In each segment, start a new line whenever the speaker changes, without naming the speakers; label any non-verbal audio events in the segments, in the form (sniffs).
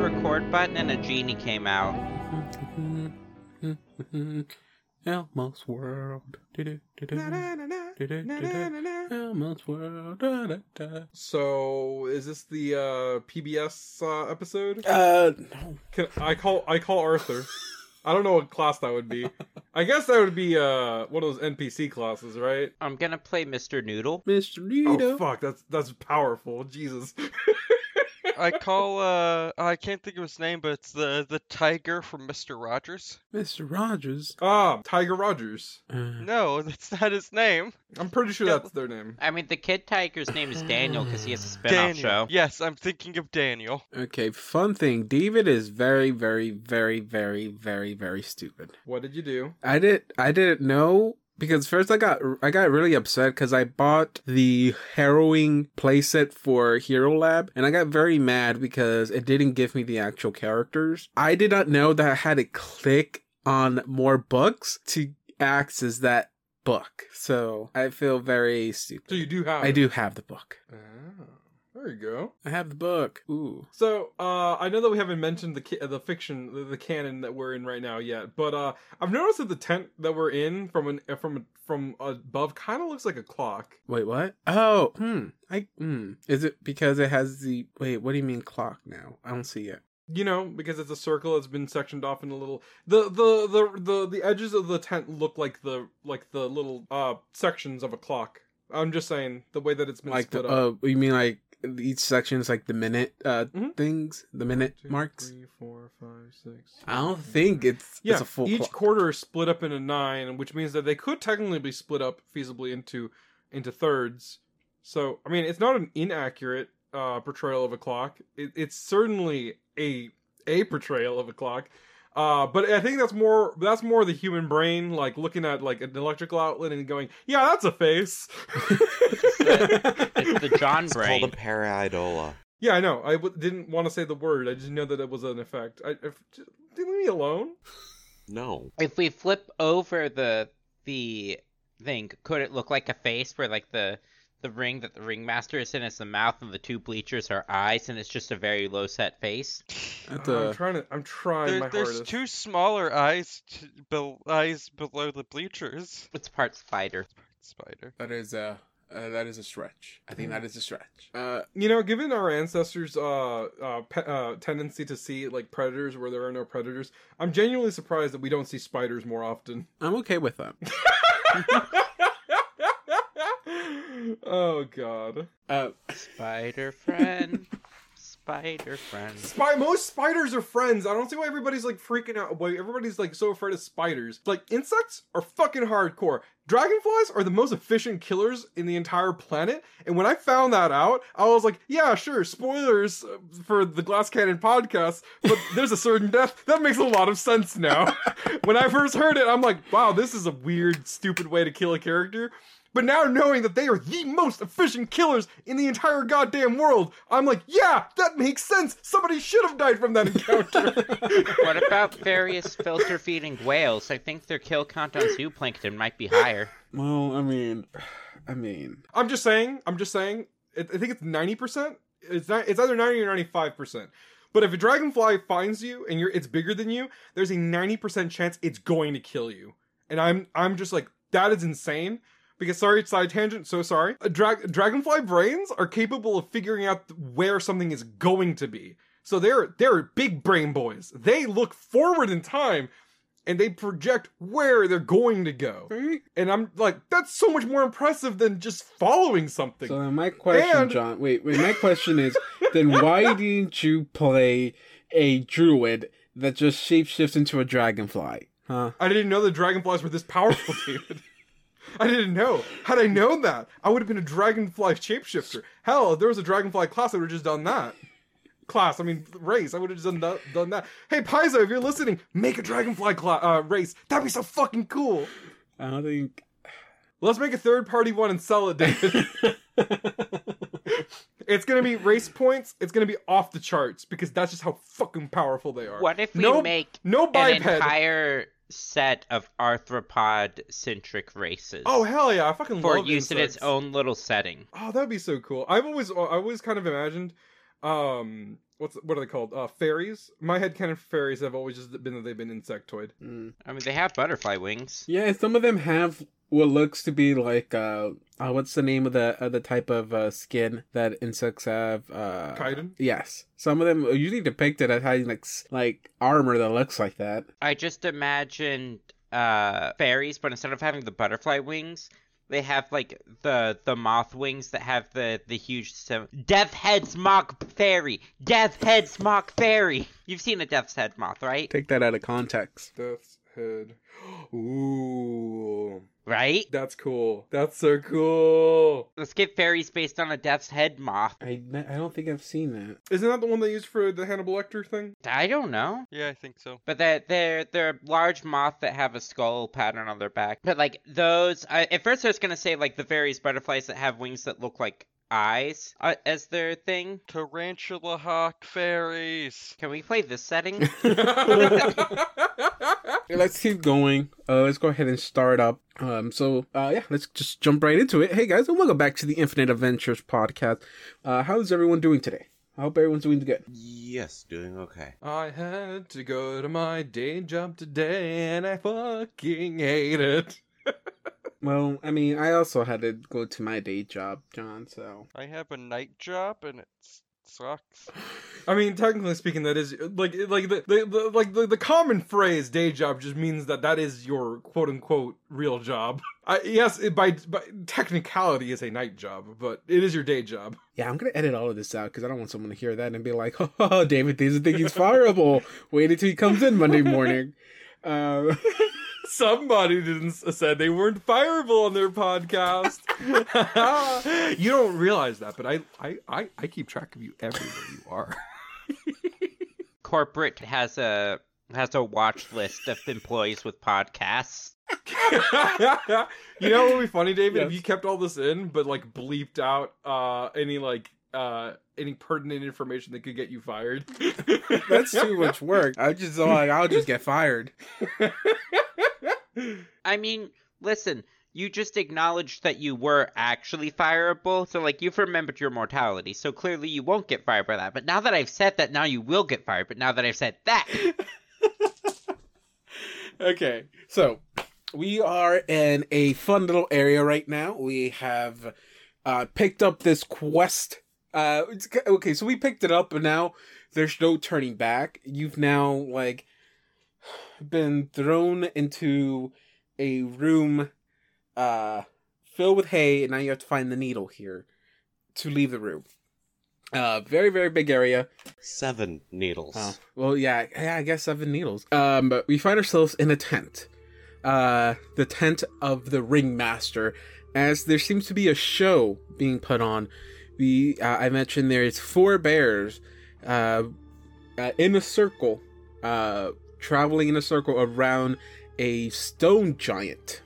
button and a genie came out.
Elmo's World. Do-do, do-do, do-do, do-do. Elmo's World. Da-da-da.
So, is this the uh, PBS uh, episode?
Uh, no.
Can, I call I call Arthur. I don't know what class that would be. I guess that would be uh one of those NPC classes, right?
I'm gonna play Mr. Noodle.
Mr.
Oh
Needle.
fuck, that's that's powerful. Jesus.
I call uh I can't think of his name, but it's the the tiger from Mister Rogers.
Mr. Rogers.
Ah, Tiger Rogers.
Uh,
No, that's not his name.
I'm pretty sure that's their name.
I mean, the kid tiger's name is Daniel because he has a spin-off
Daniel.
show.
Yes, I'm thinking of Daniel.
okay, fun thing. David is very, very, very, very, very, very stupid.
What did you do?
I did. I didn't know because first I got I got really upset because I bought the harrowing playset for Hero Lab, and I got very mad because it didn't give me the actual characters. I did not know that I had to click on more books to access that book. So I feel very stupid.
So you do have
I
it.
do have the book.
Ah, there you go.
I have the book. Ooh.
So uh, I know that we haven't mentioned the ca- the fiction, the, the canon that we're in right now yet, but uh, I've noticed that the tent that we're in from an uh, from from above kind of looks like a clock.
Wait, what? Oh, hmm. I hmm. Is it because it has the wait? What do you mean clock now? I don't see it.
You know, because it's a circle, it's been sectioned off in a little. The the the the, the edges of the tent look like the like the little uh sections of a clock. I'm just saying the way that it's been
like the
split up.
uh you mean like each section is like the minute uh
Mhm.
things the minute
Two,
marks
three, four, five, six,
i don't
seven,
think
eight,
it's
Yeah,
it's a full
each
clock.
quarter is split up into nine, which means that they could technically be split up feasibly into into thirds. So, I mean, it's not an inaccurate uh, portrayal of a clock. It, it's certainly a a portrayal of a clock. Uh, but I think that's more that's more the human brain, like looking at like an electrical outlet and going, "Yeah, that's a face."
(laughs) It's the John
It's called
Brain.
a paraidola.
(laughs) yeah, I know. I w- didn't want to say the word. I just know that it was an effect. I, if, just, leave me alone.
No.
If we flip over the the thing, could it look like a face where like the the ring that the ringmaster is in is the mouth and the two bleachers are eyes and it's just a very low set face?
That's
I'm
a-
trying to. I'm trying
There,
my
there's
hardest.
two smaller eyes, t- bel eyes below the bleachers.
It's part spider.
Spider.
that is a uh, that is a stretch i think that is a stretch uh
you know, given our ancestors' uh, uh, pe- uh, tendency to see like predators where there are no predators, I'm genuinely surprised that we don't see spiders more often. (laughs)
i'm okay with that
oh God!
uh
Spider friend. spider friend.
Spy. Most spiders are friends. I don't see why everybody's like freaking out. Why everybody's like so afraid of spiders? Like insects are fucking hardcore. Dragonflies are the most efficient killers in the entire planet. And when I found that out, I was like, yeah, sure, spoilers uh, for the Glass Cannon podcast, but there's a certain death. That makes a lot of sense now. (laughs) when I first heard it, I'm like, wow, this is a weird, stupid way to kill a character. But now knowing that they are the most efficient killers in the entire goddamn world, I'm like, yeah, that makes sense. Somebody should have died from that encounter.
What about various filter feeding whales? I think their kill count on zooplankton might be higher.
well i mean i mean
I'm just saying. I'm just saying. I I think it's ninety percent. It's not. It's either ninety or ninety-five percent. But if a dragonfly finds you and you're, it's bigger than you. There's a ninety percent chance it's going to kill you. And I'm, I'm just like that is insane. Because sorry, side tangent. So sorry. A drag, dragonfly brains are capable of figuring out where something is going to be. So they're they're big brain boys. They look forward in time, and they project where they're going to go. And I'm like, that's so much more impressive than just following something.
so then my question
And-
john wait wait my question is then
(laughs)
why didn't you play a druid that just shapeshifts into a dragonfly huh
I didn't know the dragonflies were this powerful, David. I didn't know. Had I known that, I would have been a dragonfly shapeshifter. Hell, if there was a dragonfly class, I would have just done that. Class, I mean race. I would have just done that, done that. Hey, Paizo, if you're listening, make a dragonfly cla- uh, race. That'd be so fucking cool.
i don't think
Let's make a third party one and sell it, David. (laughs) it's gonna be race points. It's gonna be off the charts because that's just how fucking powerful they are.
What if we
No-
make
No
an
biped.
entire set of arthropod centric races?
Oh hell yeah! I fucking
for
love
use in its
insects.
own little setting.
uh, Oh, that'd be so cool. I've always, I always kind of imagined um what's what are they called? Uh fairies. My head canon for fairies have always just been that they've been insectoid.
Mm.
I mean, they have butterfly wings.
Yeah, and some of them have what looks to be like uh, uh what's the name of the of the type of uh, skin that insects have? Uh,
Chitin?
Yes, some of them are usually depicted as having like s- like armor that looks like that.
I just imagined uh fairies, but instead of having the butterfly wings, they have like the the moth wings that have the the huge seven. Death heads mock fairy. Death heads mock fairy. You've seen a death's head moth, right?
Take that out of context.
Death's head. (gasps) Ooh.
Right.
That's cool. That's so cool.
Let's get fairies based on a death's head moth.
I ne- I don't think I've seen that.
Isn't that the one they used for the Hannibal
(laughs)
Lecter thing? (laughs)
I don't know.
Yeah, I think so.
But that they're they're a large moth that have a skull pattern on their back. But like those, I, at first I was gonna say like the various butterflies that have wings that look like eyes uh, as their thing.
Tarantula hawk fairies.
Can we play this setting?
Let's keep going. Uh, let's go ahead and start up. Um, so uh, yeah, let's just jump right into it. Hey guys, and welcome back to the Infinite Adventures podcast. Uh, how's everyone doing today? I hope everyone's doing good.
Yes, doing okay.
I had to go to my day job today and I fucking hate it.
Well, I mean, I also had to go to my day job, John. So
I have a night job and it s- sucks.
I mean, technically speaking, that is like like the, the, the like the, the common phrase "day job" just means that that is your quote unquote real job. (laughs) I, yes, it, by by technicality, is a night job, but it is your day job. (laughs)
yeah, I'm gonna edit all of this out because I don't want someone to hear that and be like, (laughs) "Oh, David doesn't think he's fireable." Wait until he comes in Monday (laughs) morning. Uh,
Somebody didn't s- said they weren't fireable on their podcast. (laughs) you don't realize that, but I, I I I keep track of you everywhere you are.
Corporate has a has a watch list of employees with podcasts.
(laughs) you know what would be funny, David? If
Yes.
you kept all this in, but like bleeped out uh, any like uh, any pertinent information that could get you (laughs) fired.
that's too much work. I just like I'll just get fired.
I mean, listen, you just acknowledged that you were actually fireable, so like you've remembered your mortality, so clearly you won't get fired by that. But now that I've said that, now you will get fired. But now that I've said that,
okay, so we are in a fun little area right now. We have uh, picked up this quest. Uh, it's, okay, so we picked it up, and now there's no turning back. You've now like been thrown into a room uh, filled with hay, and now you have to find the needle here to leave the room. Uh, very very big area.
Seven needles.
Oh. Well, yeah, yeah, I guess seven needles. Um, but we find ourselves in a tent. Uh, the tent of the ringmaster, as there seems to be a show being put on. We, uh, I mentioned there is four bears, uh, uh, in a circle, uh, traveling in a circle around a stone giant.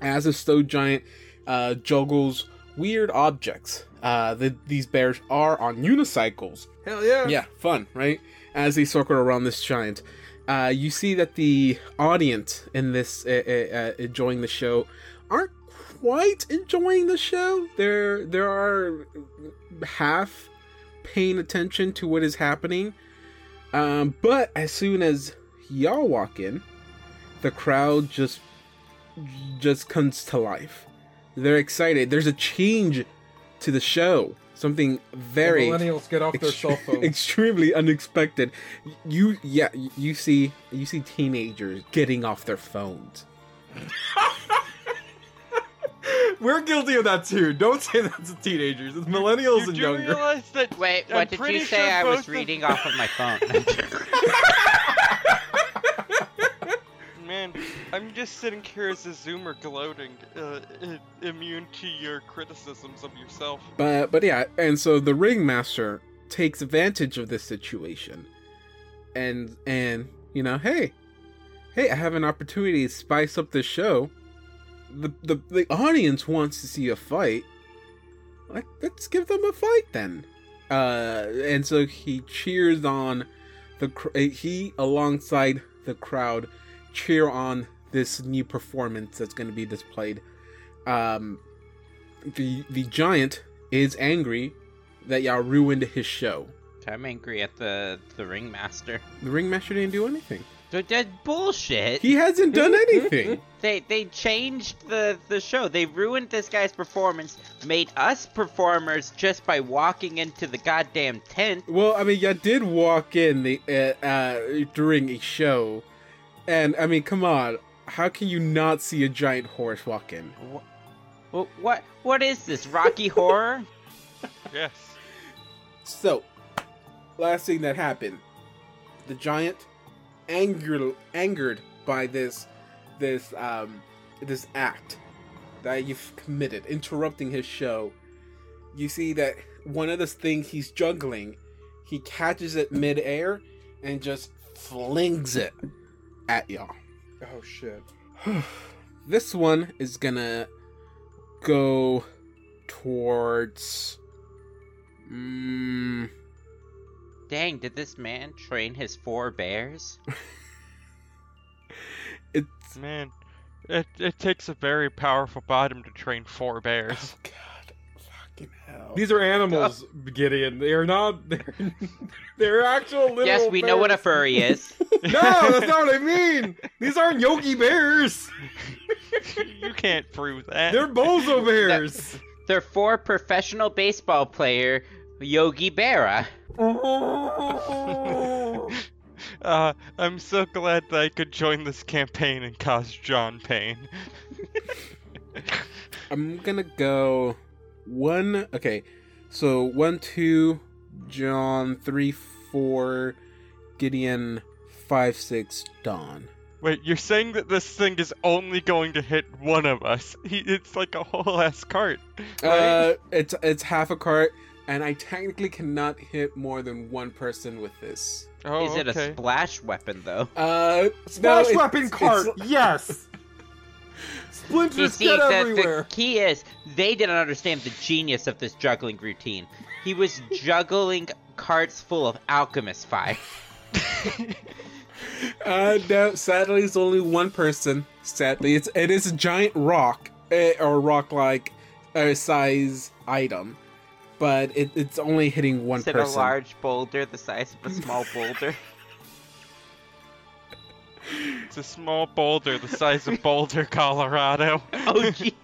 As a stone giant, uh, juggles weird objects. Uh, the, these bears are on unicycles
(laughs) Hell yeah!
yeah, fun, right? As they circle around this giant, uh, you see that the audience in this uh, uh, uh, enjoying the show aren't quite enjoying the show. There, there are half paying attention to what is happening, um, but as soon as y'all walk in, the crowd just just comes to life. They're excited. There's a change to the show. Something
The
very
millennials get off their
Extre-
cell phones.
extremely unexpected. You yeah, you see you see teenagers getting off their phones.
(laughs) We're guilty of that too. Don't say that to teenagers. It's millennials
You
and
do
younger.
realize that
(laughs) wait,
I'm
what did
pretty
you
sure
say? I
both
was
of-
reading off of my (laughs) phone.
Man, I'm just sitting here as a zoomer gloating, uh, i- immune to your criticisms of yourself.
But but yeah, and so the ringmaster takes advantage of this situation. And and you know, hey, hey, I have an opportunity to spice up this show. The the, the audience wants to see a fight. Like, let's give them a fight then. Uh and so he cheers on the cr- eh, he alongside the crowd cheer on this new performance that's going to be displayed. Um the the giant is angry that y'all ruined his show.
I'm angry at the the ringmaster.
The ringmaster didn't do anything.
But That's bullshit.
He hasn't done anything.
They they changed the the show. They ruined this guy's performance. Made us performers just by walking into the goddamn tent.
Well, I mean, y'all did walk in the uh, uh, during a show, and I mean, come on, how can you not see a giant horse walk in?
What what, what is this Rocky (laughs) Horror?
Yes.
So, last thing that happened, the giant, angered angered by this, this um, this act that you've committed, interrupting his show, you see that one of the things he's juggling, he catches it midair and just flings it at y'all.
Oh shit.
(sighs) this one is gonna go towards. Mm,
Dang, did this man train his four bears?
it's
Man, it, it takes a very powerful bottom to train
(laughs)
four bears.
God, fucking hell.
(laughs) These are animals, Gideon. They are not. (laughs) They're, they're actual little.
yes, we know what a
bears.
(laughs)
(laughs)
furry is.
No, that's not what I mean. These aren't Yogi bears.
you can't prove that.
(laughs)
They're Bozo bears.
They're four professional baseball player Yogi Berra.
Uh, I'm so glad that I could join this campaign and cause John pain.
(laughs) I'm gonna go one. Okay, so one, two, John, three, four, Gideon, five, six, Don.
Wait, you're saying that this thing is only going to hit one of us? He, it's like a whole ass cart.
Uh, it's it's half a cart, and I technically cannot hit more than one person with this.
Oh,
is it a
okay.
splash weapon though?
Uh,
Smash
it's-
weapon
it's-
cart.
(laughs)
yes.
You
Splinters
see,
get
the, the
everywhere.
key is they didn't understand the genius of this juggling routine. He was juggling carts full of alchemist fire.
Uh, no, sadly, it's only one person. Sadly, it's it is a giant rock eh, or rock like uh, size item, but it, it's only hitting one
Is it a
person.
large boulder the size of a (laughs) small boulder?
It's a small boulder the size of Boulder, Colorado.
oh, (laughs) gee.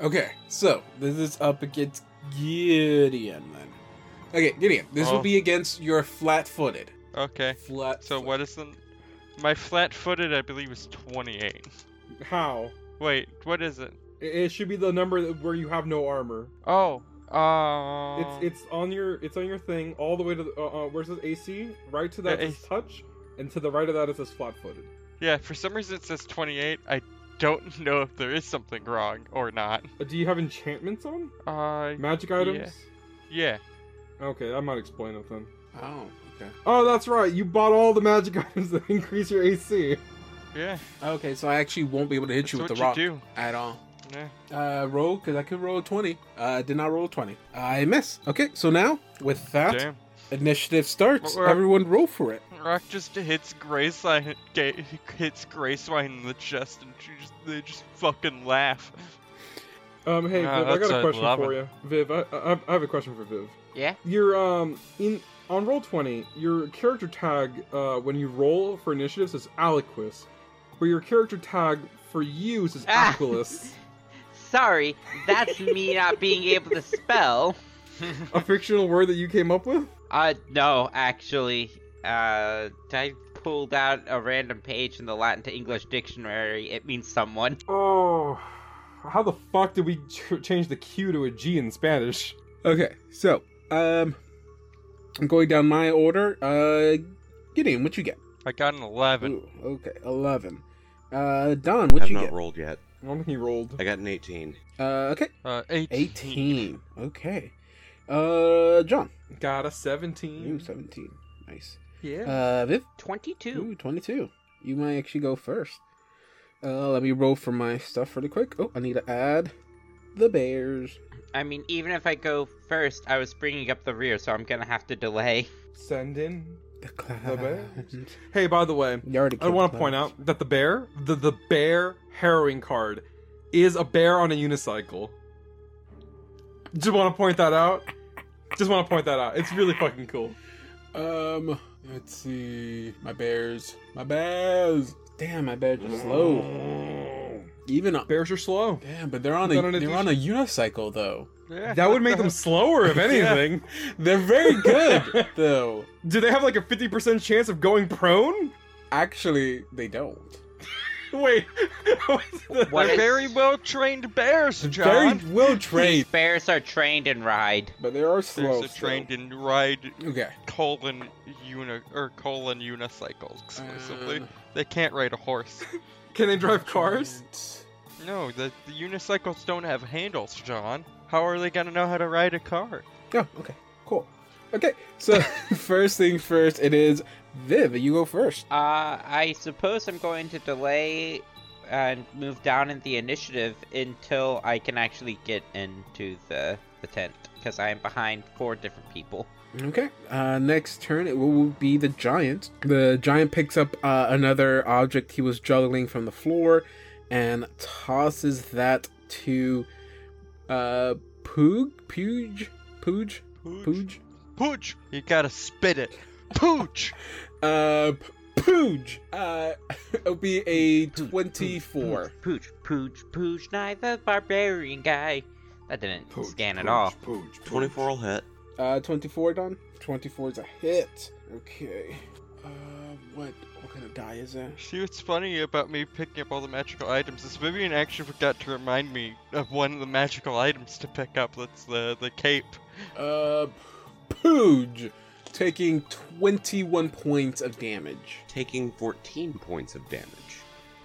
Okay, so this is up against Gideon then. Okay, Gideon, this will
Oh.
be against your flat-footed.
Okay.
Flat.
So what is the my flat-footed? I believe is 28.
How?
Wait, what is it?
It- It should be the number that- where you have no armor.
Oh, um,
It's it's on your it's on your thing all the way to the, uh, uh, where's this AC? Right to that
Uh,
is
AC.
touch, and to the right of that is this flat footed.
yeah. For some reason it says 28. I don't (laughs) know if there is something wrong or not.
Uh, Do you have enchantments on
Uh,
magic items?
yeah.
Okay, that might explain it then.
Oh, okay.
Oh, that's right. You bought all the magic (laughs) items that increase your AC.
Yeah,
Okay, so I actually won't be able to hit
that's
you
what
with the
you
rock
do.
at all.
Yeah.
Uh, roll because I could roll a twenty. Uh, I did not roll a twenty. I miss. Okay, so now with that
Damn.
initiative starts.
Well, we're-
Everyone roll for it.
Rock just hits Graceline, ga- (laughs) hits Gracewine in the chest, and she just they just fucking laugh.
Um, hey,
Ah,
Viv, I
that's
got a
a
question
lava.
for you. Viv, I, I, I have a question for Viv.
Yeah?
Your um in on roll twenty, your character tag uh when you roll for initiatives is Aliquis, but your character tag for use is
Ah.
Aquilus.
Sorry, that's me not being able to spell.
a fictional word that you came up with?
Uh, no, actually, uh, I pulled out a random page in the Latin to English dictionary. It means someone.
Oh, how the fuck did we ch- change the Q to a G in Spanish?
Okay, so um, I'm going down my order. Uh, Gideon, what you get?
I got an 11.
Ooh, okay, eleven. Uh, Don, what
I've
you
not
get?
rolled yet.
I don't think he rolled.
I got an 18.
Uh, okay,
Uh, 18.
18. Okay. Uh, John.
Got a
Ooh,
seventeen.
17. Nice.
Mm. Yeah.
Uh, Viv.
22.
Ooh, 22. You might actually go first. Uh, let me roll for my stuff really quick. Oh, I need to add the bears.
I mean, even if I go first, I was bringing up the rear, so I'm gonna have to delay.
Send in.
The clouds.
bears. Hey, by the way,
(laughs) You already
I want to point out that the bear, the the bear harrowing card, is a bear on a unicycle. Just want to point that out. Just want to point that out. It's really fucking cool.
Um, let's see. My bears. My bears. Damn, my bears are slow. Even on,
Bears are slow.
damn, but they're on a
Not on a
they're on a unicycle though.
Yeah,
That would (laughs) make them slower, if anything.
They're very
(laughs)
good though.
Do they have like a 50% chance of going prone? (laughs)
Actually, they don't.
Wait. (laughs)
What
They're
is-
very well trained bears, John.
Very well
These (laughs)
trained,
bears are trained and ride.
but they are slow.
There's a
still.
trained and ride
Okay.
colon uni or colon unicycle exclusively.
Um,
They can't ride a horse.
Can they drive cars?
giant.
No, the, the unicycles don't have handles, John. How are they gonna know how to ride a car?
Oh, okay. Cool. Okay.
(laughs)
So first thing first, it is Viv. You go first.
Uh, I suppose I'm going to delay and move down in the initiative until I can actually get into the, the tent, because I am behind four different people.
Okay. Uh, next turn, it will be the giant. The giant picks up uh, another object he was juggling from the floor, and tosses that to uh, Poog, Pooge, Pooge,
Pooch.
Pooge,
Pooch! You gotta spit it. Pooch! (laughs)
uh, P- Pooge. Uh, (laughs) it'll be a twenty-four.
Pooch, pooch, pooch, nigh the barbarian guy. That didn't scan at all.
24 will hit.
Uh, 24, Don? 24 is a hit. Okay. Uh, what, what kind of die is that?
See what's funny about me picking up all the magical items is Vivian actually forgot to remind me of one of the magical items to pick up. That's the the cape.
Uh, Pooge taking 21 points of damage.
Taking 14 points of damage.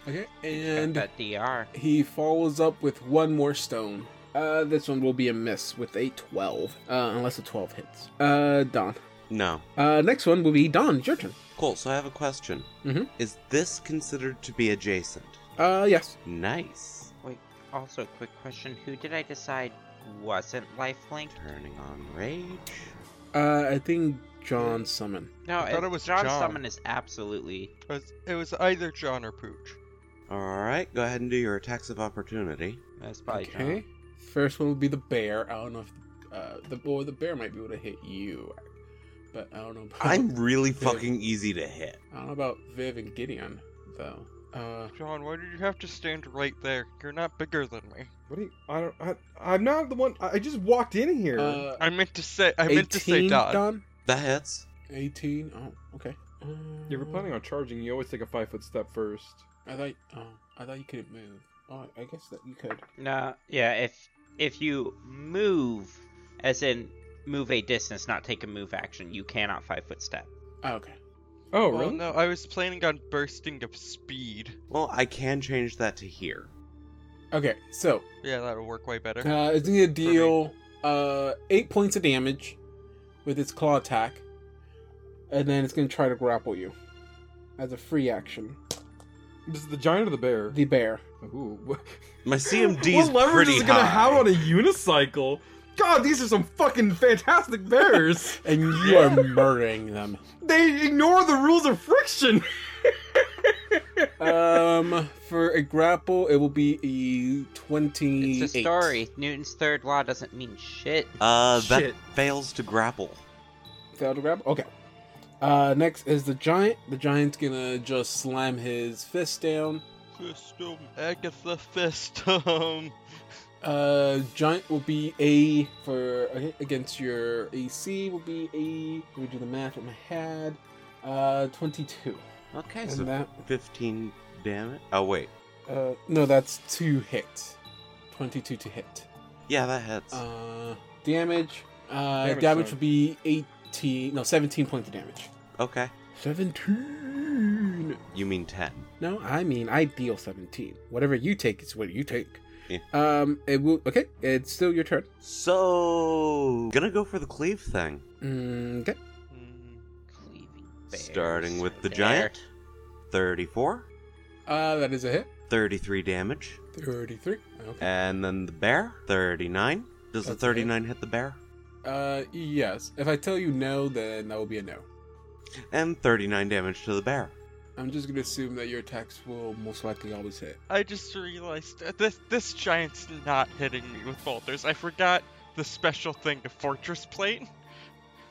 Okay.
Got
And
that DR.
he follows up with one more stone. Uh, this one will be a miss with a 12. Uh, unless a 12 hits. Uh, Don.
No.
Uh, next one will be Don. It's your turn.
Cool, so I have a question.
Mm-hmm.
Mhm.
Is this considered to be adjacent?
Uh, yes.
Nice.
Wait, also, quick question. Who did I decide wasn't life-linked?
Turning on rage.
Uh, I think John summon.
No,
I thought it was
John,
John.
Summon is absolutely...
It was, it was either John or Pooch.
Alright, go ahead and do your attacks of opportunity.
That's probably
okay.
John.
First one will be the bear. I don't know if uh, the or the bear might be able to hit you, but I don't know.
Oh.
About,
I'm really fucking easy to hit.
I don't know about Viv and Gideon though. Uh,
John, why did you have to stand right there? You're not bigger than me.
What do you? I don't. I, I'm not the one. I I just walked in here.
uh
I meant to say I meant to say
18,
Don.
That hits.
Eighteen. Oh, okay.
you were planning
Uh,
on charging. You always take a five foot step first.
I thought. Oh, I thought you couldn't move. Oh, I guess that you could.
No, yeah, if if you move, as in move a distance, not take a move action, you cannot five foot step.
Oh, okay.
Oh,
Well,
really?
no, I was planning on bursting of speed.
Well, I can change that to here.
Okay. So
Yeah, that'll work way better.
uh, it's gonna deal uh eight points of damage with its claw attack, and then it's gonna try to grapple you as a free action.
This is the giant or the bear?
The bear.
Ooh. (laughs) wha-
My CMD is
what leverage
pretty
is it gonna
high.
have on a unicycle? God, these are some fucking
(laughs)
fantastic bears.
And you are murdering them.
they ignore the rules of friction.
Um, for a grapple, it will be a
It's
twenty.
a story. Newton's third law doesn't mean shit.
Uh, that
Shit.
fails to grapple.
Failed to grapple. Okay. Uh, next is the giant. The giant's gonna just slam his fist down.
Fistum, Agatha Fistum.
Uh, giant will be a for against your AC will be a. Let me do the math in my head. Uh, twenty-two.
Okay,
And
so
that.
15 damage. Oh, wait.
Uh, no, that's two hits. Twenty-two to hit.
Yeah, that hits.
Uh, damage. Uh, damage,
Damage,
damage
sorry.
would be 18. No, 17 points of damage.
okay.
17.
You mean 10.
No, I mean I deal 17. Whatever you take is what you take.
Yeah.
Um, it will. Okay, it's still your turn.
So, gonna go for the cleave thing.
Mm, okay.
Mm-hmm.
Cleaving bears.
Starting with the
Bear.
giant. 34,
Uh, that is a hit.
33 damage.
33. Okay.
And then the bear, 39. Does the
Okay.
39 hit the bear?
Uh, yes. If I tell you no, then that will be a no.
And 39 damage to the bear.
I'm just gonna assume that your attacks will most likely always hit.
I just realized uh, this this giant's not hitting me with boulders. I forgot the special thing to fortress plate.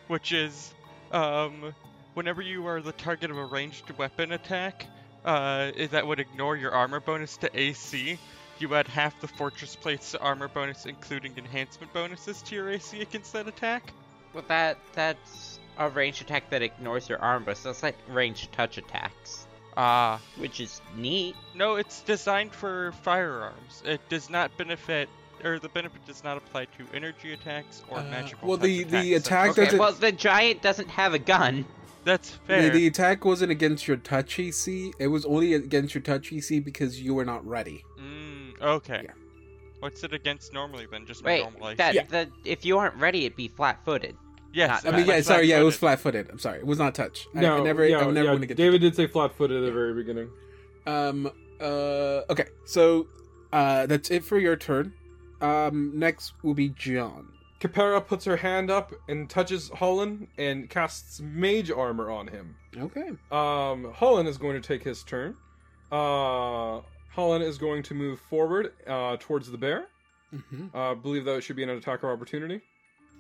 which is um, whenever you are the target of a ranged weapon attack, uh, i- that would ignore your armor bonus to AC. You add half the fortress plate's armor bonus, including enhancement bonuses, to your AC against that attack.
Well, that that's a ranged attack that ignores your arm, but so it's like ranged touch attacks,
Ah,
which is neat.
No, it's designed for firearms. It does not benefit, or the benefit does not apply to energy attacks or
Uh,
magical.
well,
type
the- the
attacks, so-
attack
okay,
Okay,
doesn't-
well, the giant doesn't have a gun.
that's
The,
fair.
the attack wasn't against your touch AC. It was only against your touch AC because you were not ready.
Mm, okay.
Yeah.
What's it against normally then? Just
Wait,
normally.
that
Yeah.
the if you aren't ready, it'd be flat-footed.
yes.
not
I mean,
Uh,
yeah,
that's
sorry, yeah, it was
flat-footed.
flat-footed. I'm sorry, it was not touch. I-
No,
I, never,
yeah,
I would never
yeah,
want to get. to
David did say flat-footed at the very beginning.
Um. Uh. Okay. So, uh, that's it for your turn. Um. Next will be John.
Capera puts her hand up and touches Holland and casts mage armor on him.
Okay.
Um, Holland is going to take his turn. Uh, Holland is going to move forward uh, towards the bear.
hmm
Uh, I believe that should be an attack of opportunity.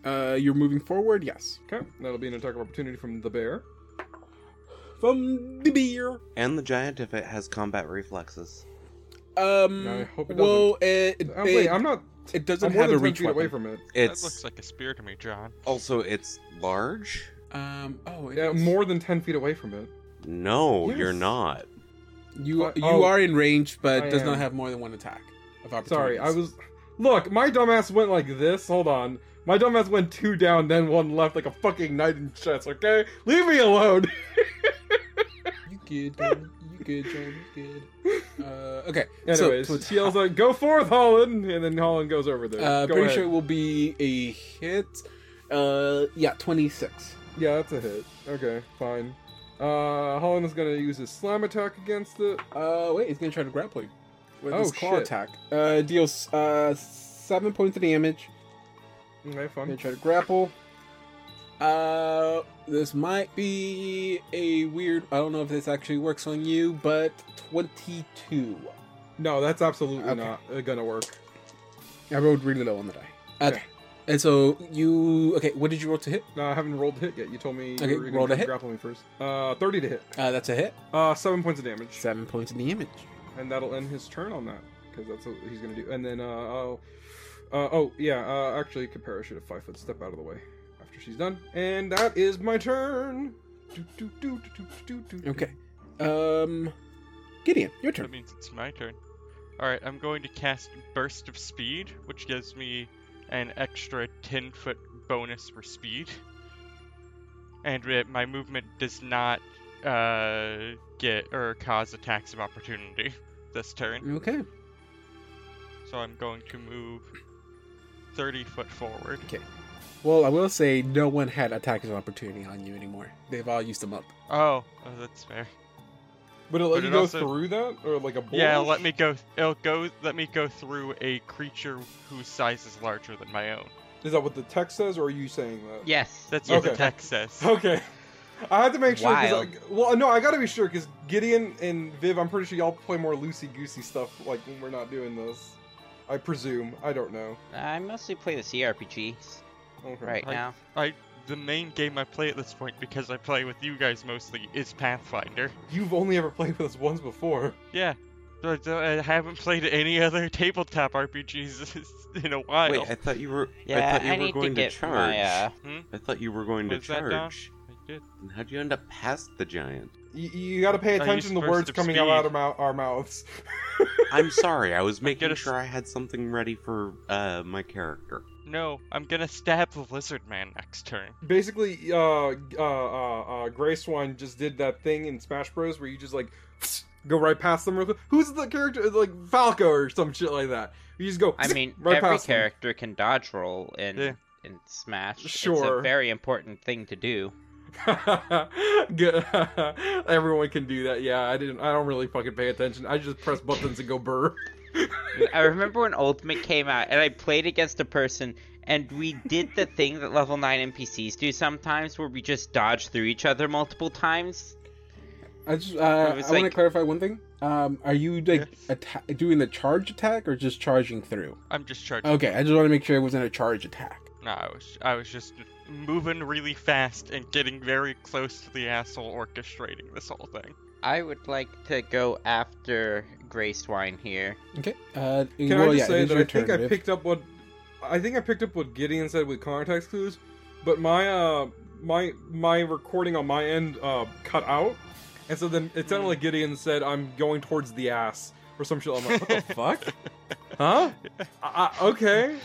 Uh, you're moving forward. Yes.
Okay, that'll be an attack of opportunity from the bear.
From the beer.
And the giant if it has combat reflexes.
Um.
I hope it
well, it it,
Oh, wait, I'm not.
it
I'm
doesn't
more
have a
than ten
reach
feet away
weapon.
from it.
That
It's
looks like a spear to me, John.
also it's large.
um. Oh. it
Yeah,
is-
more than ten feet away from it.
No, you're
Yes.
not.
You
Oh,
you
oh.
are in range, but
I
does not
am.
have more than one attack of opportunity.
Sorry, I was. Look, my dumbass went like this. Hold on. My dumbass went two down, then one left, like a fucking knight in chess. Okay, leave me alone. (laughs)
You good? John. You good? John? You
(laughs)
good? Uh. Okay. so-
Anyways,
so it's
she yells out, "Go forth, Holland!" And then Holland goes over there.
Uh,
Go
pretty
ahead.
sure it will be a hit. Uh, yeah, twenty six.
Yeah, that's a hit. Okay, fine. Uh, Holland is gonna use his slam attack against it.
Uh, wait, he's gonna try to grapple you with his
Oh,
claw
shit.
attack. Uh, deals uh seven points of damage.
Okay, fun.
Gonna try to grapple. Uh, this might be a weird. I don't know if this actually works on you, but twenty two.
No, that's absolutely
Okay.
not uh, gonna work.
I rolled really low on the die. Okay.
Okay.
Uh, And so you okay? What did you roll to hit?
No, I haven't rolled hit yet. You told me
Okay,
you were
roll to
gonna try to
hit.
grapple me first. Uh, thirty to hit.
Uh, that's a hit.
Uh, seven points of damage.
Seven points of damage.
and that'll end his turn on that because that's what he's gonna do. And then, uh, oh, uh, oh yeah, uh, actually, Capera should have five foot step out of the way after she's done. And that is my turn. Do, do, do, do, do, do, do.
Okay. Um, Gideon, your turn.
That means it's my turn. Alright, I'm going to cast Burst of Speed, which gives me an extra 10 foot bonus for speed. And it, my movement does not uh, get or cause attacks of opportunity this
Mm.
turn.
Okay.
So I'm going to move 30 foot forward.
Well, I will say no one had attack of opportunity on you anymore. They've all used them up.
Oh, oh that's fair.
Would it let
But
you
it
go
also-
through that or like a bull?
Yeah, let me go. It'll go. Let me go through a creature whose size is larger than my own.
Is that what the text says, or are you saying that?
Yes.
That's what the
Okay.
text says.
(laughs) Okay. I have to make sure. 'cause I,
Wild.
well, no, I gotta be sure because Gideon and Viv, I'm pretty sure y'all play more loosey goosey stuff like when we're not doing this. I presume. I don't know.
I mostly play the CRPGs
Okay.
right
I-
now.
I the main game I play at this point because I play with you guys mostly is Pathfinder.
You've only ever played with us once before.
Yeah, so I don't- I haven't played any other (laughs) tabletop RPGs (laughs) in a while.
Wait, I thought you were. I
Yeah,
thought you
I,
were
need
going
to get
charge.
my. Uh,
I thought you were going to
Was that down?
charge.
I did.
And how'd you end up past the giant?
You, you got to pay
I
attention to the
use burst
words
of
coming out
speed.
of our, mou- our mouths. (laughs)
I'm
(laughs)
sorry, I was making
gonna s-
sure I had something ready for uh, my character.
No, I'm gonna stab the lizard man next turn.
Basically, uh, uh, uh, uh, Gray Swan just did that thing in Smash Bros. where you just like (sniffs) go right past them. Real quick. Who's the character? It's Like Falco or some shit like that. You just (sniffs) go.
I mean,
right
every
past them.
character can dodge roll in
Yeah.
in Smash. It's a
Sure.
very important thing to do.
(laughs) Good. (laughs) Everyone can do that. Yeah, I didn't. I don't really fucking pay attention. I just press buttons and go burr.
I remember when Ultimate came out, and I played against a person, and we did the thing that level 9 NPCs do sometimes, where we just dodge through each other multiple times.
I just uh,
I
I
was
want to
like-
clarify one thing. Um, are you like
Yes.
atta- doing the charge attack or just charging through?
I'm just charging.
Oh. Okay, I just want to make sure it wasn't a charge attack.
No, I was I was just moving really fast and getting very close to the asshole orchestrating this whole thing.
I would like to go after Gracewine here.
Okay. Uh,
Can
well,
I just
yeah, it
say
is
that
your
I think
turn,
I
Viv. (laughs)
picked up what I think I picked up what Gideon said with context clues, but my uh my my recording on my end uh cut out, and so then it sounded
Hmm.
like Gideon said I'm going towards the ass or some shit. I'm
(laughs)
like, what the fuck? Huh? I, I, okay.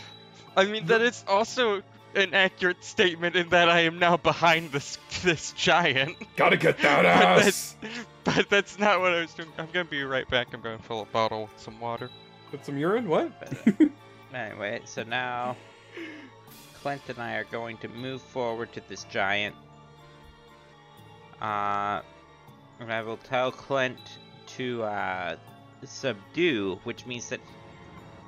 I mean that is also an accurate statement in that I am now behind this (laughs) this giant.
Gotta
(laughs)
get that
But
ass.
that's, (laughs) but that's not what I was doing. I'm gonna be right back. I'm gonna fill a bottle with some water.
Put some urine. (laughs) What?
Anyway, so now Clint and I are going to move forward to this giant. Uh, and I will tell Clint to uh, subdue, which means that.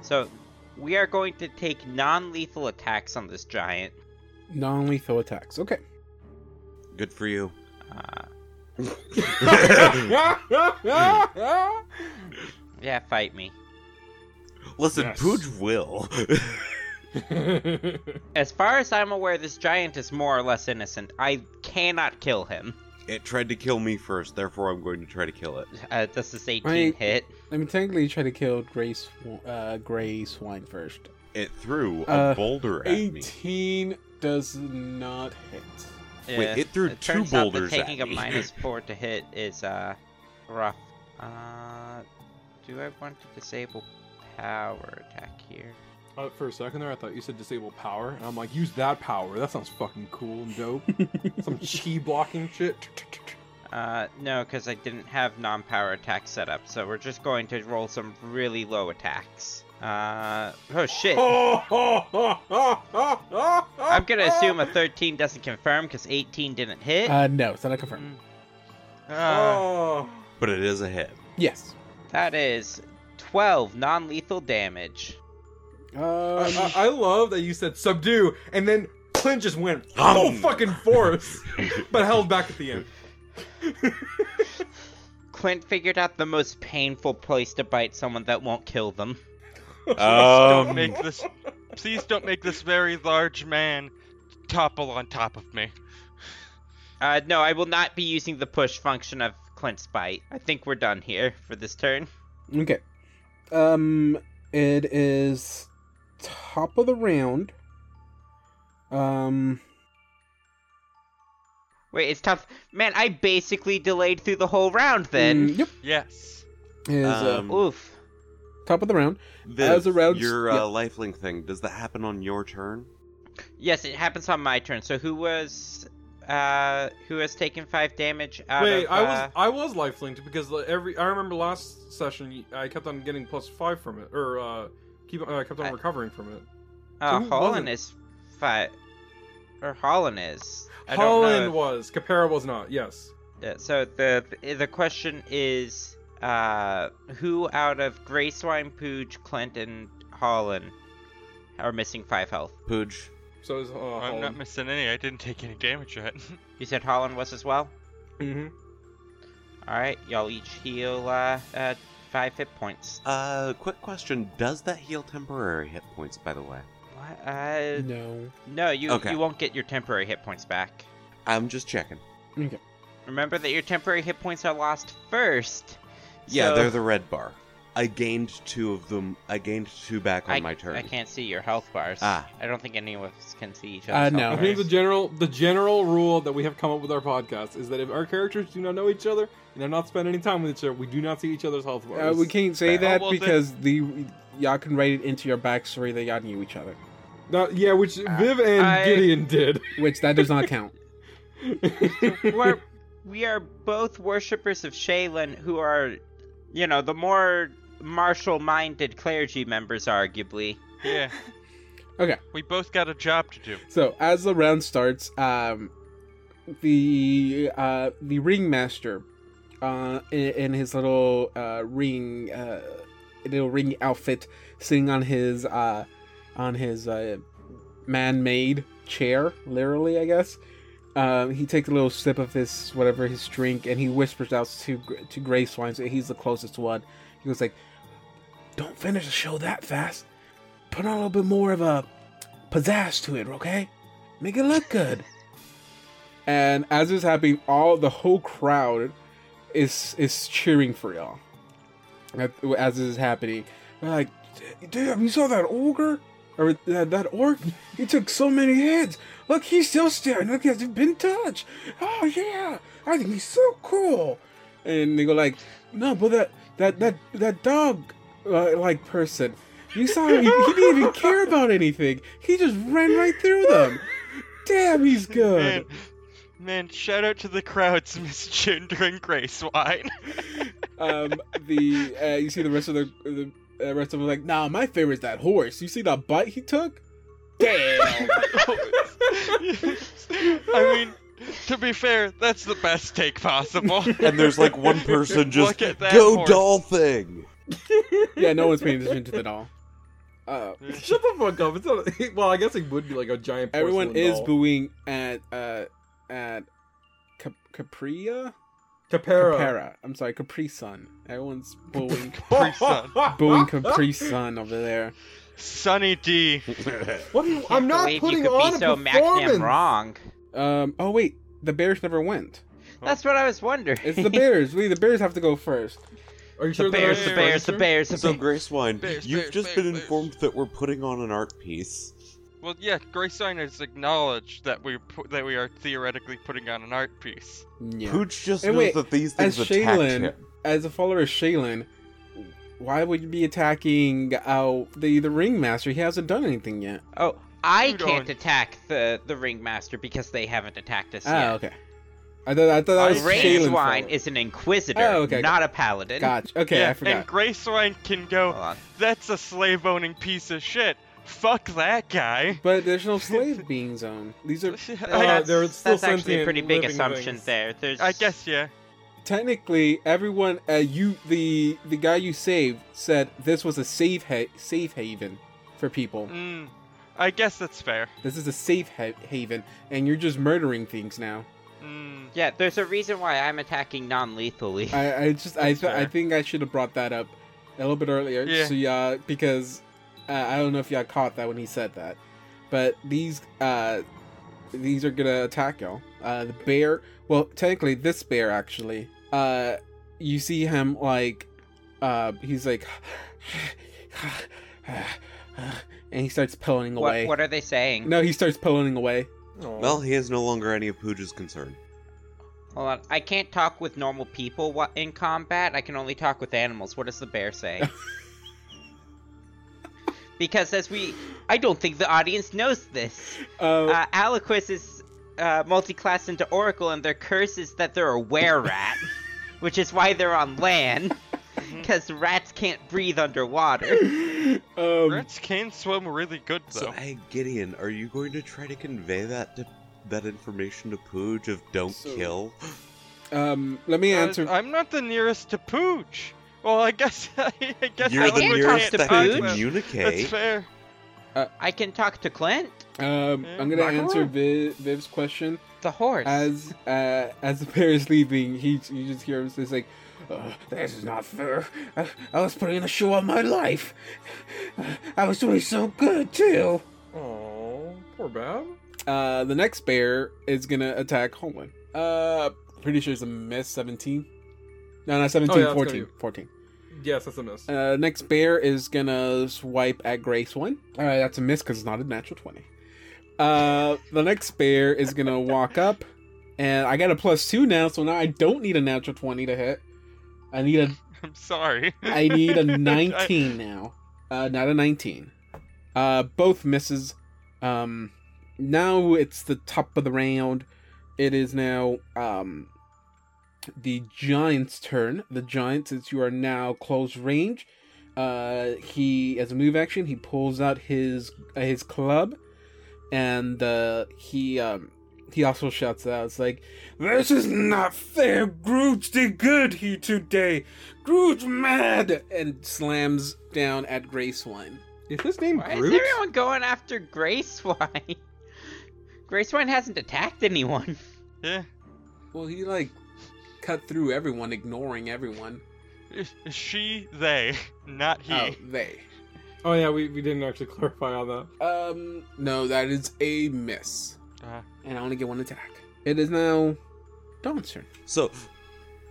So we are going to take non lethal attacks on this giant.
Non-lethal attacks. Okay.
Good for you.
Uh,
Uh,
yeah, fight me.
Listen,
Yes.
Pooj will. (laughs)
As far as I'm aware, this giant is more or less innocent. I cannot kill him.
it tried to kill me first, therefore I'm going to try to kill it.
Uh, this is 18
I-
hit.
I mean, technically, you try to kill Grace, uh, Gray Swine first.
It threw a
Uh,
boulder at me.
18 does not hit.
Wait,
Yeah.
it threw
It
two
turns
boulders
out that taking
at
a
me. (laughs)
minus four to hit is uh rough. Uh, do I want to disable power attack here?
Uh, for a second there, I thought you said disable power, and I'm like, use that power. That sounds fucking cool and (laughs) dope. Some chi blocking shit.
Uh, no, because I didn't have non-power attack set up, so we're just going to roll some really low attacks. Uh, oh shit.
Oh.
I'm
I'm
gonna assume a 13 doesn't confirm because 18 didn't hit. Uh,
Uh, no, it's not a confirm.
(laughs)
Ah,
Oh.
But it is a
(laughs)
hit.
Mm.
Yes.
that is 12 non-lethal damage.
Um,
uh,
I, I I love that you said subdue, and then Clint just went
Um.
full fucking force, but held back at the end.
Clint figured out the most painful place to bite someone that won't kill them.
don't
Um,
make this. Please don't make this very large man topple on top of me.
Uh, no, I will not be using the push function of Clint's bite. I think we're done here for this turn.
okay. Um, it is top of the round. Um,
Wait, it's tough. Man, I basically delayed through the whole round then.
mm, yep.
Yes.
Is
Um,
uh,
Oof.
top of the round.
Viv,
As a round-
your
yeah.
uh, lifelink thing, does that happen on your turn?
Yes, it happens on my turn. So who was, uh, who has taken five damage out
Wait,
of,
I
uh,
was I was lifelinked because like, every I remember last session I kept on getting plus five from it, or uh, keep uh, I kept on
I-
recovering from it.
uh,
who was
Holland
it?
is five, or Holland is. I don't
Holland
know.
was, Capera was not. Yes.
if- uh, so the the question is, uh, who out of Greyswine, Pooch, Clint, and Holland are missing five health?
Pooj.
So is uh,
I'm not
Holland.
missing any. I didn't take any damage yet. (laughs)
You said Holland was as well?
Mhm.
Alright, y'all each heal uh, uh, five hit points.
Uh, quick question. Does that heal temporary hit points, by the way?
What? Uh,
No.
no, you,
Okay.
you won't get your temporary hit points back.
I'm just checking.
Okay. Uh,
Remember that your temporary hit points are lost first.
Yeah,
so-
they're the red bar. I gained two of them. I gained two back on
I,
my turn.
I can't see your health bars.
Ah.
I don't think any of us can see each
Uh,
other's
no.
I
health
think the
bars.
general the general rule that we have come up with our podcast is that if our characters do not know each other and are not spending any time with each other, we do not see each other's health
Uh,
bars.
we can't say
Oh,
that
well, then-
because the y'all can write it into your backstory that y'all knew each other,
Not- yeah, which Viv and
Uh, I-
Gideon did.
which that does not count.
(laughs) We're, we are both worshippers of Shaylin who are, you know, the more martial minded clergy members, arguably.
yeah.
Okay.
We both got a job to do.
So as the round starts, um, the uh, the ringmaster, uh, in, in his little uh, ring, uh, little ring outfit, sitting on his uh, on his uh, man-made chair, literally, I guess. Um, he takes a little sip of his whatever his drink, and he whispers out to Gr- to Gray Swine. So he's the closest one. He goes like, "Don't finish the show that fast. Put on a little bit more of a pizzazz to it, okay? Make it look good. and as it's happening, all the whole crowd is is cheering for y'all. As as this is happening, they're like, "Damn, you saw that ogre or that, that orc? He took so many hits. Look, he's still staring. Look, he hasn't been touched. Oh yeah, I think he's so cool." And they go like, "No, but that that that that dog uh, like person, you saw him. He, he didn't even care about anything. He just ran right through them. Damn, he's good."
Man, man, shout out to the crowds, (laughs) Miss Ginger and Grace Wine. (laughs)
um, the uh, you see the rest of the, the uh, rest of them like, nah, my favorite's that horse. You see that bite he took? Damn.
I mean, to be fair, that's the best take possible.
And there's like one person just
Look at that
go
horse."
doll thing.
yeah, no one's paying attention to the doll. Uh,
(laughs) Shut the fuck up. It's not. (laughs) Well, I guess it would be like a giant.
everyone
porcelain
is
doll.
booing at uh at Cap- Capria
Capera.
Capera. I'm sorry, Capri Sun. Everyone's booing
Capri Sun.
(laughs)
booing Capri Sun over there.
Sunny D.
What do you, I'm not
Believe
putting
you could
on
be
a
so
performance.
goddamn wrong.
Um, oh wait, the Bears never went.
That's what I was wondering.
It's
(laughs)
(laughs)
the Bears. we the Bears have to go first.
Are you sure
The
that
bears,
that's
the bears, the
furniture?
bears, the
So,
bears.
Grace Wine,
Bears,
you've
bears,
just
bears,
been
bears.
informed that we're putting on an art piece.
Well, yeah, Grace Wine has acknowledged that we pu- that we are theoretically putting on an art piece.
Yeah.
Pooch just
And
knows
wait,
that these
as
things attacked
Shaylin,
him.
as a follower of Shaylin, why would you be attacking uh, the the ringmaster? He hasn't done anything yet.
Oh, I
Dude,
can't
on-
attack the the ringmaster because they haven't attacked us
Ah,
yet.
okay. I thought I thought that was
Grace
Shaylin's
Wine
fault.
is an inquisitor,
Oh, okay,
not a paladin.
Gotcha. Okay,
yeah,
I forgot.
and Grace Wine can go.
Hold
Uh.
on.
That's a slave owning piece of shit. Fuck
(laughs)
that guy. (laughs)
But there's no slave being zone. These are
I,
Uh,
That's-
guess,
they're still
That's actually a
sentient
pretty big
living
assumption
things.
there. There's
I guess, yeah.
technically everyone. Uh, you the the guy you saved said this was a safe ha- safe haven for people.
Mm, I guess that's fair.
This is a safe ha- haven, and you're just murdering things now.
Mm,
Yeah, there's a reason why I'm attacking non-lethally.
I, I just I,
That's
th- I
fair.
think I should have brought that up a little bit earlier.
Yeah.
So yeah, because uh, I don't know if y'all caught that when he said that, but these uh these are gonna attack y'all. Uh, the bear. Well, technically this bear actually. Uh, you see him like, uh, he's like, (sighs) and he starts pulling
What,
away.
what are they saying?
No, he starts pulling away.
Aw.
Well, he is no longer any of Pooch's concern.
Hold on. I can't talk with normal people wha- in combat. I can only talk with animals. What does the bear say? because as we, I don't think the audience knows this.
Uh,
Uh, Aliquis is uh, multi-classed into Oracle, and their curse is that they're a were-rat, which is why they're on land. Because rats can't breathe
Ah.
underwater.
um,
rats can swim really good, though.
So, hey, Gideon, are you going to try to convey that to, that information to Pooch of don't
So-
kill?
um, let me
Uh,
answer.
I'm not the nearest to Pooch. Well, I guess (laughs) I, guess
You're
I
the
can't
nearest
talk to
that can
Pooch.
That's
communicate.
fair. (laughs)
I can talk to Clint,
Um,
Hmm?
Yeah,
I'm gonna
rock and
answer
roll.
Viv, Viv's question.
the horse.
As uh, as the bear is leaving, he you just hear him say like, "Ugh, "This is not fair. I, I was putting in a show on my life. I was doing so good too."
Aw, poor Bab.
Uh, the next bear is gonna attack Homeland. Uh, pretty sure it's a miss. Seventeen. No, not 17,
Oh, yeah, that's
14,
gonna
14.
Yes, that's a miss.
Uh, next bear is gonna swipe at Grace one. All right, that's a miss because it's not a natural twenty. Uh, the next bear is gonna walk up, and I got a plus two now, so now I don't need a natural twenty to hit. I need a
I'm sorry. (laughs)
I need a
I-
nineteen now, uh, not a nineteen. Uh, both misses. Um, now it's the top of the round. It is now um the giant's turn. The giant, since you are now close range, uh, he as a move action he pulls out his uh, his club, and uh, he um he also shouts out, "It's like this is not fair. Groot did good here today. Groot mad!" and slams down at Grace One.
Is his name
Why
Groot?
is everyone going after (laughs) Gracewine? Gracewine hasn't attacked anyone. (laughs)
yeah.
Well, he like cut through everyone, ignoring everyone.
Is- is She, they, not he.
Oh, they.
Oh, Oh yeah, we, we didn't actually (laughs) clarify on that.
Um, no, that is a miss.
Ah.
And I only get one attack. It is now Dawn's turn.
So,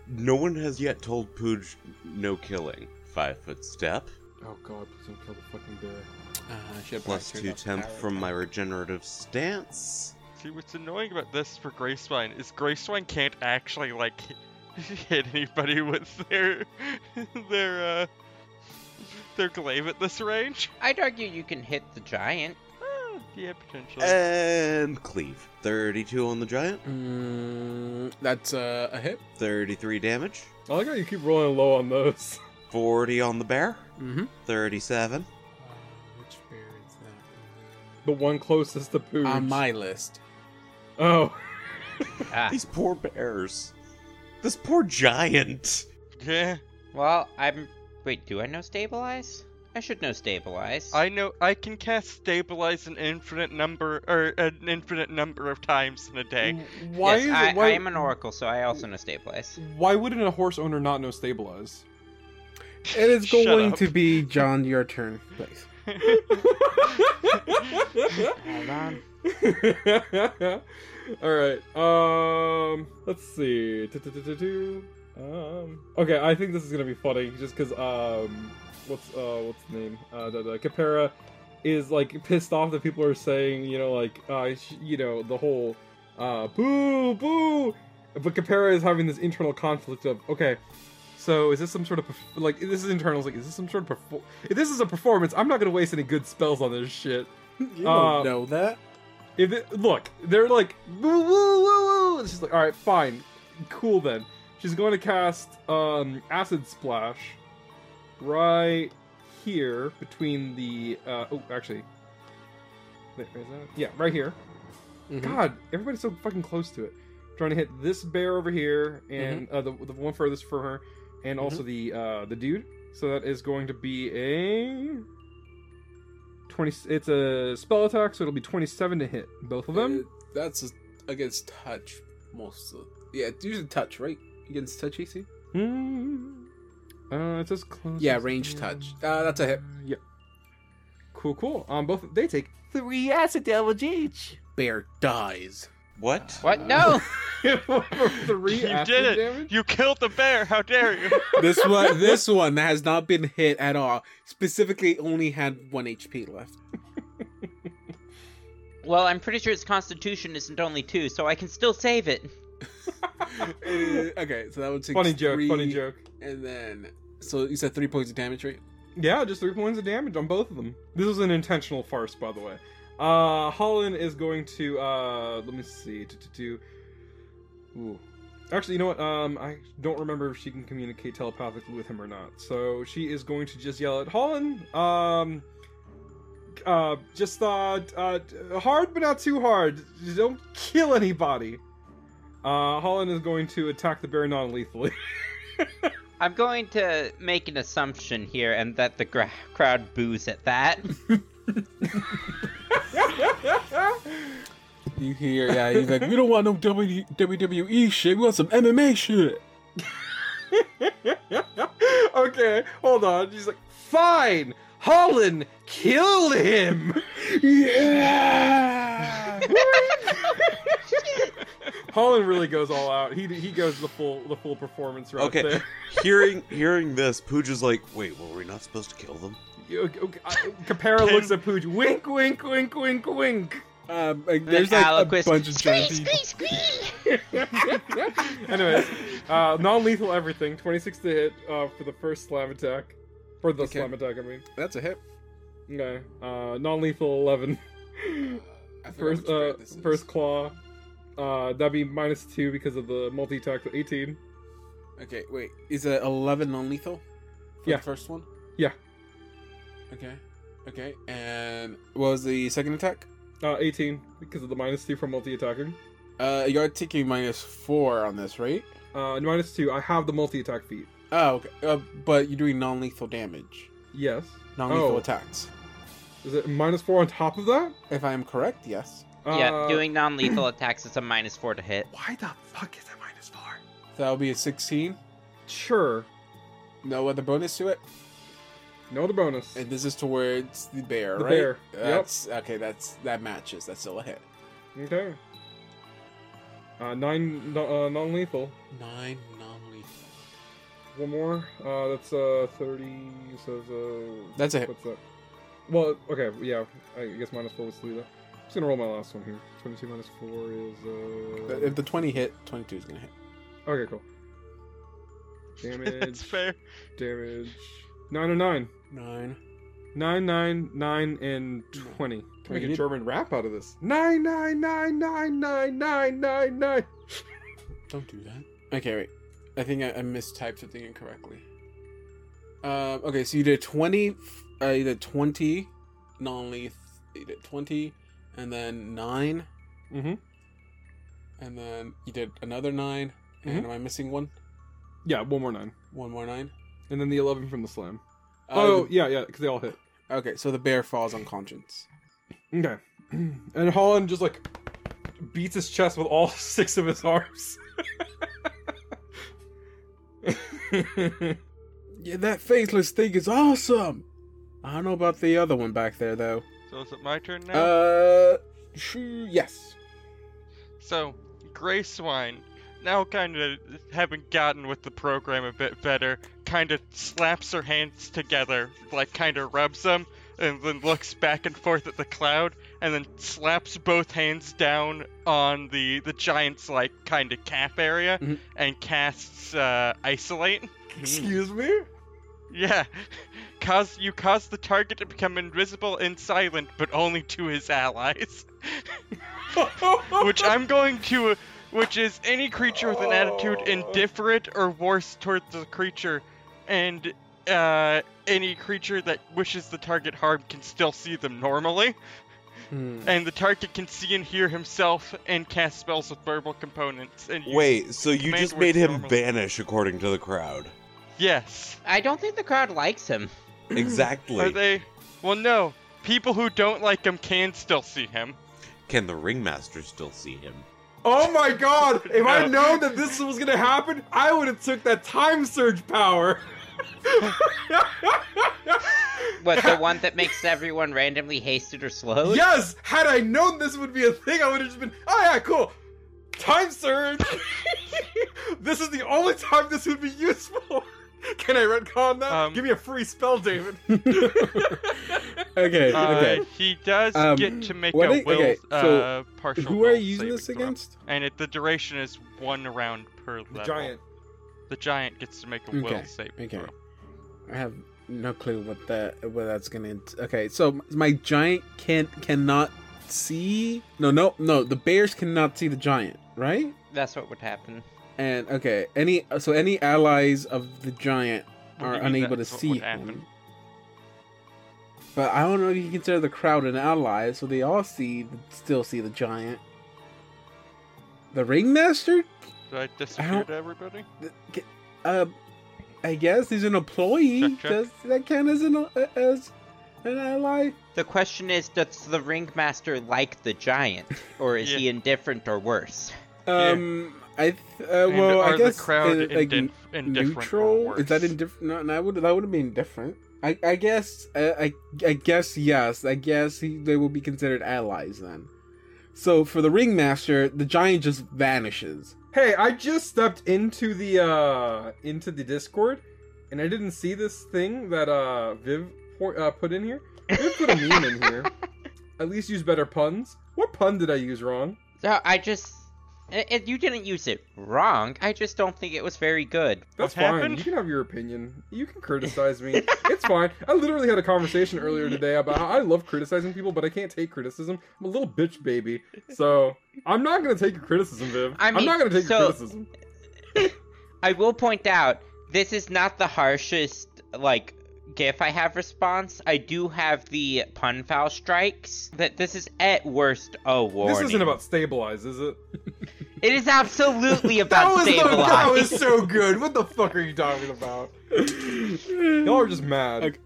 no one has yet told Pooj no killing. Five foot step,
Oh god, please don't kill the fucking bear.
Uh, should
plus two temp from my regenerative stance.
See, what's annoying about this for Gracewine is Gracewine can't actually like (laughs) hit anybody with their (laughs) their uh their glaive at this range. (laughs)
I'd argue you can hit the giant.
Ah, yeah, potentially.
Uh, And cleave. 32 on the giant,
Mm, that's uh, a hit.
33 damage,
I like how you keep rolling low on those. (laughs)
40 on the bear,
Mm-hmm.
37.
Which bear is that?
The one closest to Pooch.
On my list.
Oh.
(laughs)
Ah.
These poor bears. This poor giant.
Yeah,
Well, I'm. Wait, do I know stabilize? I should know stabilize.
I know I can cast stabilize an infinite number or an infinite number of times in a day.
Why
yes,
is
I,
it, why,
I am an oracle, so I also know stabilize.
why wouldn't a horse owner not know stabilize?
It is
Shut
going
up.
to be John. Your turn, please.
(laughs)
Hold on.
(laughs) All right. Um, let's see. Du-du-du-du-du. Um, okay, I think this is gonna be funny just because um, what's uh, what's the name? Uh, da, da, Capera is like pissed off that people are saying you know like uh, sh- you know the whole uh, boo boo, but Capera is having this internal conflict of okay. So is this some sort of perf- like this is internal? Like is this some sort of perfor- if this is a performance? I'm not gonna waste any good spells on this shit.
You
Uh,
don't know that.
If it, look, they're like woo woo woo woo. and She's like, all right, fine, cool then. She's going to cast um acid splash right here between the uh oh actually wait, where is that? yeah right here.
Mhm.
God, everybody's so fucking close to it. Trying to hit this bear over here and uh, the the one furthest from her, and also the uh the dude. So that is going to be a twenty. It's a spell attack, so it'll be twenty-seven to hit both of them.
Uh, that's a, against touch, most of. Yeah, it's usually touch, right? Against touch, AC.
Mm. Uh, it's as close.
Yeah,
as
range
I
touch.
am.
Uh, that's a hit.
Yep. Cool, cool. Um, both they take three acid damage (laughs) each.
Bear dies.
What?
Ah. What? No!
For three
You
acid
did it.
damage.
You killed the bear. How dare
(laughs)
you?
This one, this one that has not been hit at all. Specifically, only had one HP left.
well, I'm pretty sure its constitution isn't only two, so I can still save it.
Uh, okay, so that would take
funny joke.
three,
Funny joke.
And then, so you said three points of damage, right?
Yeah, just three points of damage on both of them. This was an intentional farce, by the way. Uh, Holland is going to uh, let me see. Do, do, do. Ooh. Actually, you know what? Um, I don't remember if she can communicate telepathically with him or not. So she is going to just yell at Holland. Um, uh, just uh, uh, hard but not too hard. Just Don't kill anybody. Uh, Holland is going to attack the bear non-lethally.
I'm going to make an assumption here, and that the gra- crowd boos at that.
You hear, yeah, he's like, we don't want no w- WWE shit, we want some MMA shit.
okay, hold on. She's like, fine, Holland, kill him.
Yeah!
Holland really goes all out. He he goes the full the full performance right
Okay.
there.
(laughs) hearing hearing this, Pooj is like, wait, were we not supposed to kill them?
You- Okay, okay, I- Capera looks at Pooch. Wink, wink, wink, wink, wink.
um, like,
And then
there's like
Aliquist,
a
(laughs)
bunch of giant
squeak,
people.
squeak, squeak!
Anyways, uh, non-lethal everything. Twenty-six to hit uh, for the first slam attack, for the
Okay.
slam attack. I mean,
That's a hit.
okay. Uh, non-lethal eleven.
I forgot
First,
which bear
uh,
this is.
first claw. Uh, that'd be minus two because of the multi attack. So eighteen.
Okay, wait. Is it 11 non lethal? For
Yeah.
The first one?
Yeah.
Okay. Okay. And what was the second attack?
Uh, 18 because of the minus two from multi attacking.
Uh, you're taking minus four on this, right?
Uh, and minus two. I have the multi attack feat.
Oh, okay. Uh, but you're doing non lethal damage,
Yes.
non lethal
Oh.
attacks.
Is it minus four on top of that?
If I am correct, yes.
yeah,
Uh,
doing non
(clears throat)
lethal attacks is a minus four to hit.
Why the fuck is it minus four?
That'll be a 16.
Sure.
No other bonus to it?
No, the bonus.
And this is towards the bear,
The
right?
bear. Yep.
That's okay. That's that matches. That's still a hit.
Okay. Uh, nine no, uh, non-lethal.
Nine nominally.
One more. Uh, that's uh thirty. So uh,
That's a hit.
what's that? Well, okay, yeah. I guess minus four was Lita. I'm just gonna roll my last one here. Twenty-two minus four is uh.
If the twenty hit, twenty-two is gonna hit.
Okay, (laughs) cool.
That's
Damage.
fair.
damage. Nine and nine.
Nine.
Nine, nine, nine, and twenty. Can we
Wait,
get
you-
a German rap out of this? Nine, nine, nine, nine, nine, nine, nine, nine.
Don't do that. Okay, wait. I think I, I mistyped something incorrectly. Um, okay, so you did 20, uh, you did 20 non lethal, you did 20, and then 9,
Mm-hmm.
and then you did another 9, and am I missing one?
Yeah, one more nine,
One more 9?
and then the eleven from the slam.
Uh,
oh,
the-
yeah, yeah, because they all hit.
Okay, so the bear falls unconscious.
Okay. (clears throat) And Holland just like beats his chest with all (laughs) six of his arms.
Yeah, that faceless thing is awesome! I don't know about the other one back there, though.
So is it my turn now?
Uh, shoo, yes.
So, Gray Swine, now kind of having gotten with the program a bit better, kind of slaps her hands together, like kind of rubs them, and then looks back and forth at the cloud, and then slaps both hands down on the the giant's like kind of cap area,
Mhm.
and casts uh, isolate.
Excuse me?
Yeah, (laughs) cause you cause the target to become invisible and silent, but only to his allies. which I'm going to, which is any creature with an attitude indifferent or worse towards the creature, and uh, any creature that wishes the target harm can still see them normally,
Hmm.
and the target can see and hear himself and cast spells with verbal components. And use-
Wait, so you
Command
just
works
made him
normally.
vanish according to the crowd.
yes,
I don't think the crowd likes him.
are
Exactly.
they? Well, no. People who don't like him can still see him.
Can the ringmaster still see him?
Oh my god! If I would known that this was gonna happen, I would have took that time surge power. (laughs)
What the one that
(laughs)
makes everyone randomly hasted or slowed?
yes! Had I known this would be a thing, I would have just been, oh yeah, cool. Time surge! (laughs) this is the only time this would be useful. (laughs) Can I retcon that?
Um,
Give me a free spell, David.
(laughs) Okay,
Uh,
okay.
He does
Um,
get to make
what
a
i-
will
okay, so
uh, partial.
Who are
will
you using
saving
this
throw.
against?
And it, the duration is one round per level.
the giant.
The giant gets to make a
Okay,
will saving
okay.
throw.
I have no clue what that what that's gonna. ent- Okay, so my giant can cannot see. No, no, no. The bears cannot see the giant, right?
That's what would happen.
And okay, any so any allies of the giant
What do
are
you mean
unable to
that's what
see
would
him.
happen?
But I don't know if you can consider the crowd an ally, so they all see still see the giant. The ringmaster,
Do I disappear
don't-
to everybody?
uh, I guess he's an employee.
(laughs) Check, check.
Does that count as an uh, as an ally?
The question is, does the ringmaster like the giant, or is
(laughs)
Yeah.
he indifferent or worse?
Yeah.
Um, I th- uh,
And
well,
are
I guess
the crowd
uh, like
indif- indifferent or
neutral is that
worse?
indifferent? No, no, I would that would have been different. I I guess uh, I I guess yes. I guess he, they will be considered allies then. So for the ringmaster, the giant just vanishes.
Hey, I just stepped into the uh into the Discord, and I didn't see this thing that uh Viv po- uh, put in here. Viv put a meme in
(laughs)
here. At least use better puns. What pun did I use wrong?
So I just. i i- you didn't use it wrong. I just don't think it was very good.
That's
What
fine.
happened?
You can have your opinion. You can criticize me. it's fine. I literally had a conversation earlier today about how I love criticizing people, but I can't take criticism. I'm a little bitch baby, so I'm not gonna take your criticism, Viv.
I
I'm
mean,
not gonna take
so-
your criticism.
I will point out this is not the harshest like gif I have response. I do have the pun foul strikes. That this is at worst a warning.
This isn't about stabilize, is it?
It is
(laughs)
absolutely
That
about
was, the,
stabilize.
that was so good. What the fuck are you talking about? Y'all are just mad.
Okay.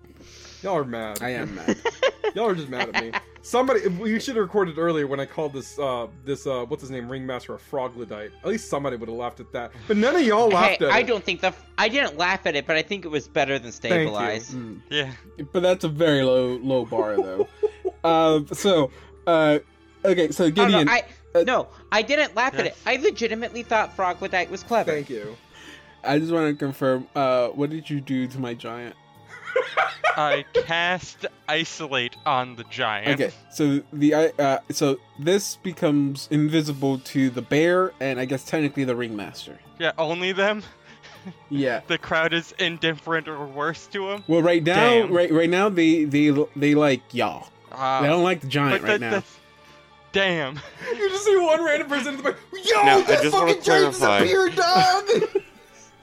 Y'all are mad.
I am mad.
(laughs)
Y'all are just mad at me. Somebody, you should have recorded earlier when I called this, uh, this, uh, what's his name, Ringmaster a Froglodite. At least somebody would have laughed at that. But none of y'all
Hey,
laughed at
I
it.
don't think the f- I didn't laugh at it, but I think it was better than
you.
stabilize.
Mm.
(laughs)
Yeah.
But that's a very low low bar
(laughs)
though. um, so, uh, okay, so
I don't know,
Gideon,
Oh, I
uh,
no, I didn't laugh at
Yeah.
it. I legitimately thought Froglodite was clever.
Thank you.
I just want to confirm. Uh, what did you do to my giant?
I cast Isolate on the giant.
Okay, so the I- uh, so this becomes invisible to the bear and I guess technically the ringmaster.
Yeah, only them.
Yeah.
The crowd is indifferent or worse to him.
Well, right now,
Damn.
right right now they they they like y'all.
Uh,
They don't like the giant
but
right
that,
now.
that's... Damn.
You just see one random person in the back, yo,
Now,
Oh,
I
that
just wanna
fucking giant
clarify.
disappeared, dog!
(laughs)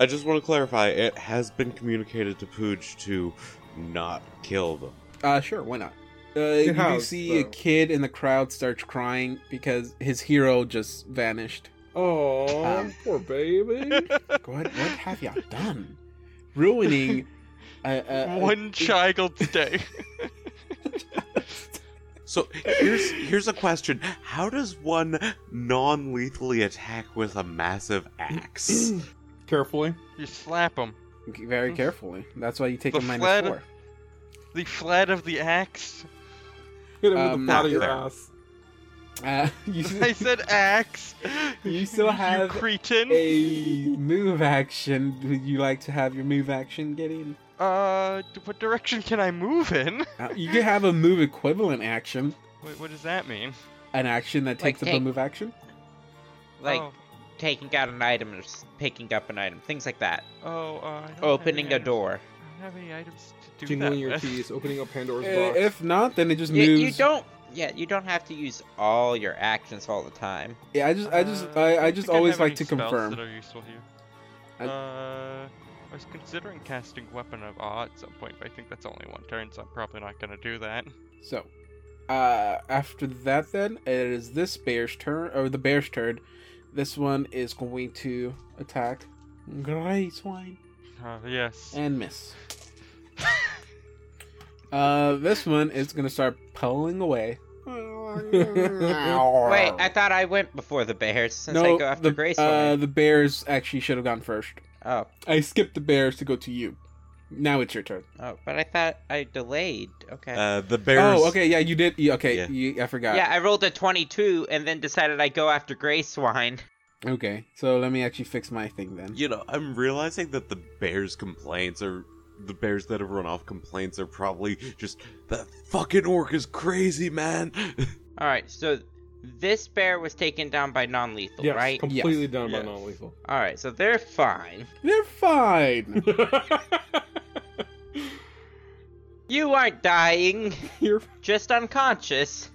I just want to clarify it has been communicated to Pooch to not kill them.
Uh, sure, why not? Uh, you do
has,
see a
though.
kid in the crowd starts crying because his hero just
(laughs)
vanished.
Oh,
Um.
poor baby.
What what have y'all done?
(laughs)
Ruining uh, uh,
One child's day.
So here's here's a question: How does one non-lethally attack with a massive (clears throat) axe? Uh,
Carefully.
You slap him.
very carefully. That's why you take
The
a minus
flat-
four.
The flat of the axe. (laughs)
Hit him
Um,
with the flat of your
there.
ass.
Uh, you,
I said
(laughs)
axe.
You still have
cretin.
a move action. Would you like to have your move action get in?
Uh, d- what direction can I move in?
Uh, you can have a move equivalent action,
Wait, what does that mean?
an action that
Like
takes up a
take.
move action.
Like
oh,
taking out an item or s- picking up an item, things like that.
oh uh, I don't have
Opening
any
a
items-
door.
I don't have any items to do that
Jingling your
with. (laughs)
keys, opening up Pandora's
Uh,
box.
if not, then it just
You,
moves.
you don't. Yeah, you don't have to use all your actions all the time.
Yeah, I just, I just,
Uh,
I, I
don't
just
think
always
have
like
any
to
spells
confirm.
That are useful here.
I-
Uh, I was considering casting Weapon of Awe at some point, but I think that's only one turn, so I'm probably not gonna do that.
So, uh, after that, then it is this bear's turn, or the bear's turn. This one is going to attack. Great swine
Uh, yes.
and miss. Uh, this one is gonna start
(laughs)
pulling away.
Wait, I thought I went before the bears since I go after
the,
Grace.
uh, the bears actually should have gone first.
oh,
I skipped the bears to go to you. Now it's your turn.
oh, but I thought I delayed. Okay.
Uh, the bears.
Oh, okay, yeah, you did. You, okay,
Yeah.
you, I forgot.
yeah, I rolled a 22 and then decided I'd go after Gray Swine. (laughs)
Okay, so let me actually fix my thing then.
You know, I'm realizing that the bears' complaints are the bears that have run off complaints are probably just that fucking orc is crazy, man. (laughs)
All right, so this bear was taken down by non-lethal,
yes,
right?
completely done
Yes.
by non-lethal.
All right, so they're fine. (laughs)
They're fine.
You aren't dying.
(laughs) You're-
(laughs) just
(laughs)
unconscious.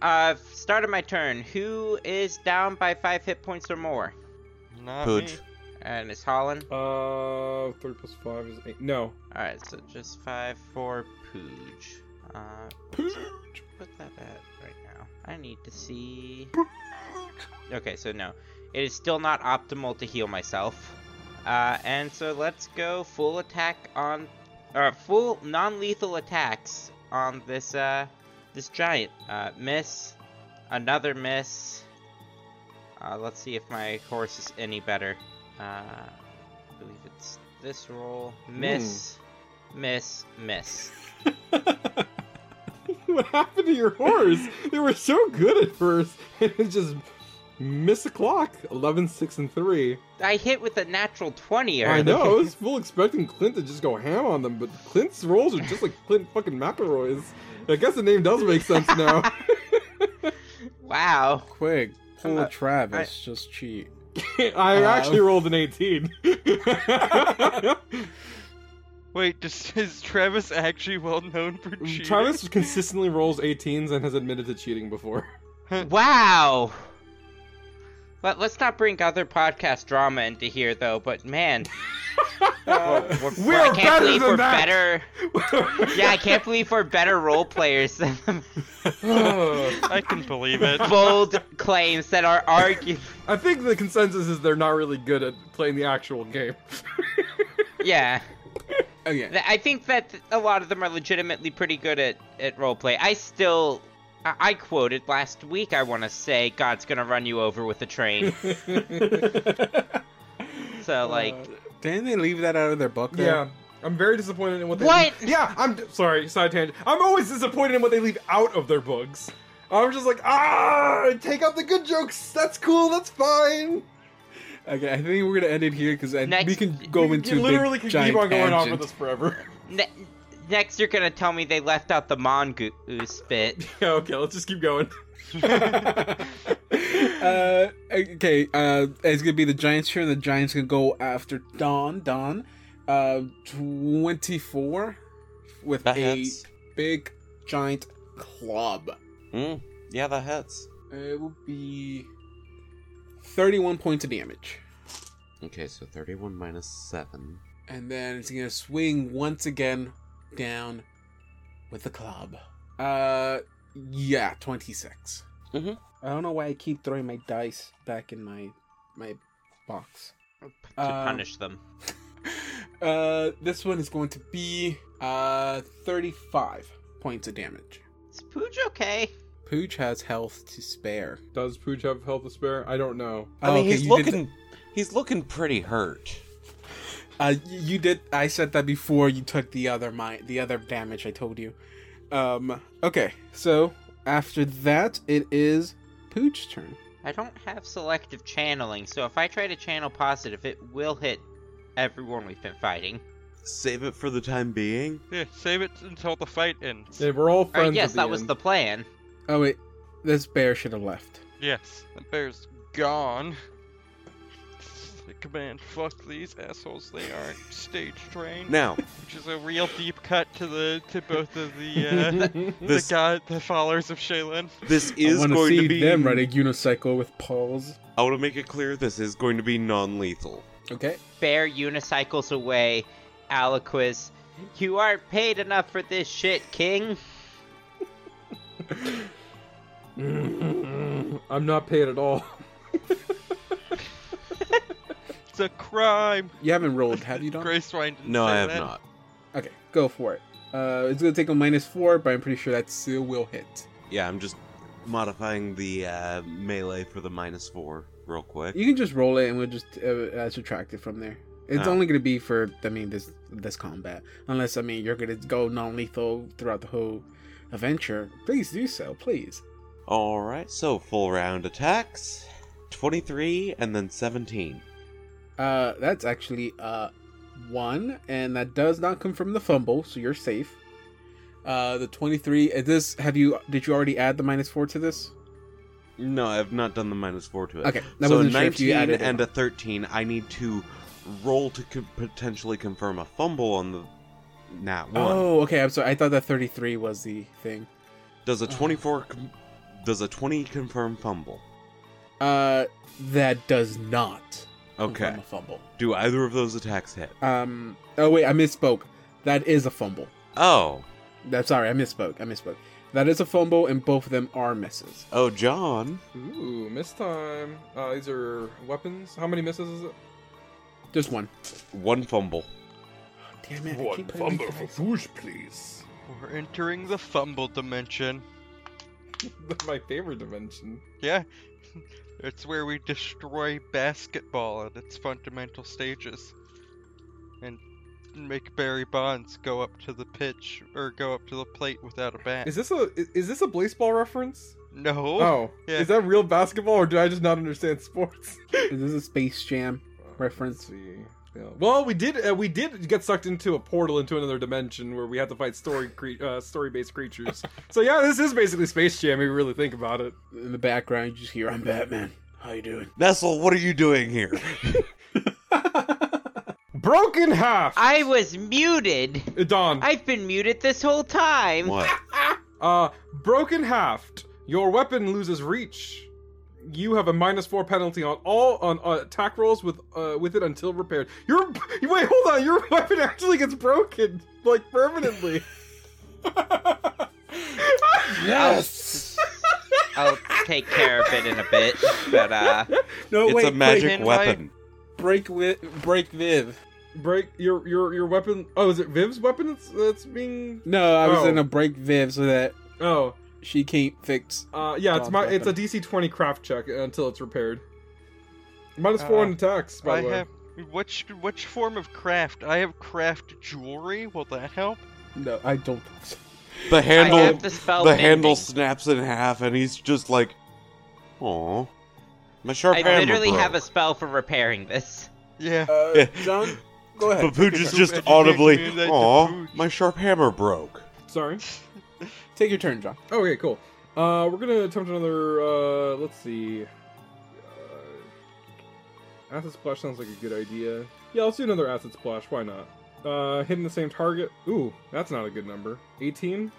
I've started my turn. Who is down by five hit points or more?
Not
Pudge.
me.
And it's Holland.
(laughs) Uh, three plus five is eight. No,
All right, so just five for Pooge. Uh, let's put that at right now. I need to
(laughs)
see. Okay, so no, it is still not optimal to heal myself. Uh, and so let's go full attack on, uh, full non-lethal attacks on this uh, this giant. Uh, miss, another miss. Uh, let's see if my horse is any better. Uh, I believe it's this roll. Miss,
Hmm.
miss, miss.
(laughs) what happened to your horse? they were so good at first, (laughs) and it just missed the clock. 11, 6, and 3.
I hit with a natural 20 earlier.
I know, I was full expecting Clint to just go ham on them, but Clint's rolls are just like Clint fucking McElroy's. I guess the name does make sense (laughs) now.
Wow.
Quick, pull
Uh,
Travis. just cheat.
I
Uh,
actually rolled an (laughs) 18.
Wait, does, (laughs) is Travis actually well known for
Mm,
cheating?
Travis consistently rolls 18s and has admitted to cheating before.
Wow. Let, let's not bring other podcast drama into here, though. But man, we're, we're-
(laughs) we
I
are
can't
better
believe
than
we're
that.
better. Yeah, I can't believe we're better role players than (laughs) the
I can
(laughs)
believe it.
bold claims that are argued.
(laughs) I think the
(laughs)
consensus is they're not really good at playing the actual game.
Yeah.
Okay.
Th- I think that a lot of them are legitimately pretty good at, at roleplay. I still. I I quoted last week, I want to say, God's gonna run you over with a train.
Uh,
So, like.
Didn't they leave that out of their book? though?
Uh, Yeah. I'm very disappointed in what they
What?
Yeah, I'm d- sorry, side tangent. I'm always disappointed in what they leave out of their books. I'm just like, ah, take out the good jokes. That's cool. That's fine.
Okay, I think we're gonna end it here because
Next-
Uh, we can go into
you literally
big,
can
giant
keep on going on
tangent.
with this forever.
ne- next, you're gonna tell me they left out the mongoose bit.
(laughs) yeah, okay, let's just keep
(laughs)
going.
uh, okay, uh, it's gonna be the Giants here, and the Giants gonna go after Don. Don, uh, twenty-four with
That
a
hits.
big giant club.
Mm, yeah, that hits.
It will be thirty-one points of damage,
Okay, so 31 minus 7.
and then it's gonna swing once again down with the club. Uh, yeah, twenty-six.
Mhm.
I don't know why I keep throwing my dice back in my my box.
To
Um,
punish them.
Uh, this one is going to be uh 35 points of damage.
Is Pooch okay?
Pooch has health to spare. Oh,
Does Pooch have health to spare? I don't know.
I mean,
okay,
he's
you did
looking. He's looking pretty hurt.
Uh, y- you did. I said that before. You took the other my the other damage. I told you. Um. Okay. So after that, it is Pooch's turn.
I don't have selective channeling, so if I try to channel positive, it will hit everyone we've been fighting.
Save it for the time being.
Yeah, save it until the fight ends.
Yeah, we're all
Or
friends.
yes,
at
that was
end.
the plan.
Oh wait, this bear should have left.
Yes, the bear's gone. Command, fuck these assholes, they aren't stage
(laughs)
trained.
Now,
Which is a real deep cut to the to both of
(laughs)
the uh, the
this
god the followers of Shaylin.
this
uh, I
is
wanna
going
see
to be.
them ride a unicycle with paws.
I want to make it clear. This is going to be non-lethal.
Okay.
Bear unicycles away, Aliquis. You aren't paid enough for this shit, King.
I'm not paid at all.
It's a crime.
You haven't rolled, have you, Don?
Grace Ryan didn't
No,
say
I have
that.
not.
Okay, go for it. Uh, it's gonna take a minus four, but I'm pretty sure that still will hit.
Yeah, I'm just modifying the uh, melee for the minus four real quick.
You can just roll it, and we'll just uh, uh, subtract it from there. It's
Oh.
only gonna be for, I mean, this this combat. Unless, I mean, you're gonna go non-lethal throughout the whole adventure. Please do so, please.
All right, so full round attacks, 23 and then 17.
Uh, that's actually uh one, and that does not come from the fumble, so you're safe. Uh, the twenty-three. Is this have you? Did you already add the minus four to this?
No, I've not done the minus four to it.
Okay, that
so a
wasn't sure
19
if you added it
and
or
a 13. I need to roll to co- potentially confirm a fumble on the nat one.
Oh, okay. I'm sorry. I thought that thirty-three was the thing.
Does a 24? Com- does a 20 confirm fumble?
Uh, that does not.
Okay.
confirm A fumble.
Do either of those attacks hit?
Um. Oh wait, I misspoke. That is a fumble.
Oh,
That's sorry. I misspoke. I misspoke. That is a fumble, and both of them are misses.
oh, John.
Ooh, miss time. Uh, these are weapons. How many misses is it?
Just one.
One fumble.
Damn it! I keep putting
fumble
these
for
guys-
Pooch, please.
We're entering the fumble dimension.
(laughs) My favorite dimension.
Yeah. (laughs) It's where we destroy basketball at its fundamental stages. And make Barry Bonds go up to the pitch or go up to the plate without a bat.
Is this a is, is this a baseball reference?
no.
Oh,
yeah.
is that real basketball, or did I just not
(laughs)
understand sports?
(laughs) Is this a Space Jam reference?
Let's see. Yeah. Well, we did uh, we did get sucked into a portal into another dimension where we had to fight story cre- uh, story based (laughs) creatures. so yeah, this is basically Space Jam. If you really think about it.
In the background, you just hear, "I'm Batman. How you doing?"
Nestle, what are you
(laughs)
doing here?
Broken half.
I was muted.
Uh, Don.
I've been muted this whole time.
what?
Uh, broken haft. Your weapon loses reach. You have a minus four penalty on all on uh, attack rolls with uh, with it until repaired. Your (laughs) wait, hold on. Your (laughs) weapon actually gets broken like
(laughs)
permanently.
Yes. I'll take care of it in a bit, but uh,
No,
it's
wait.
a magic
wait.
weapon.
break with break Viv.
break your your your weapon. Oh, is it Viv's weapon that's, that's being?
No, I was
Oh.
gonna break Viv so that
Oh,
she can't fix.
uh, yeah, it's
God's
my it's a
weapon.
DC twenty craft check until it's repaired. Minus
Uh,
four on attacks, by
I
the way.
have which which form of craft? I have craft jewelry. Will that help?
No, I don't. think so.
The handle,
I have the spell.
the handle
bending.
snaps in half, and he's just like, "Aw, my sharp
I
hammer
literally
broke."
have a spell for repairing this.
Yeah. (laughs)
Uh, John, go ahead.
But (laughs) Pooja's
so
just
bad you
audibly,
can't do that to
"Aw,
Pooch."
my sharp hammer broke."
Sorry.
Take your turn, John.
Okay, cool. Uh, we're gonna attempt another. Uh, let's see. Uh, acid splash sounds like a good idea. Yeah, let's do another acid splash. Why not? Uh, hitting the same target. Ooh, that's not a good number. 18.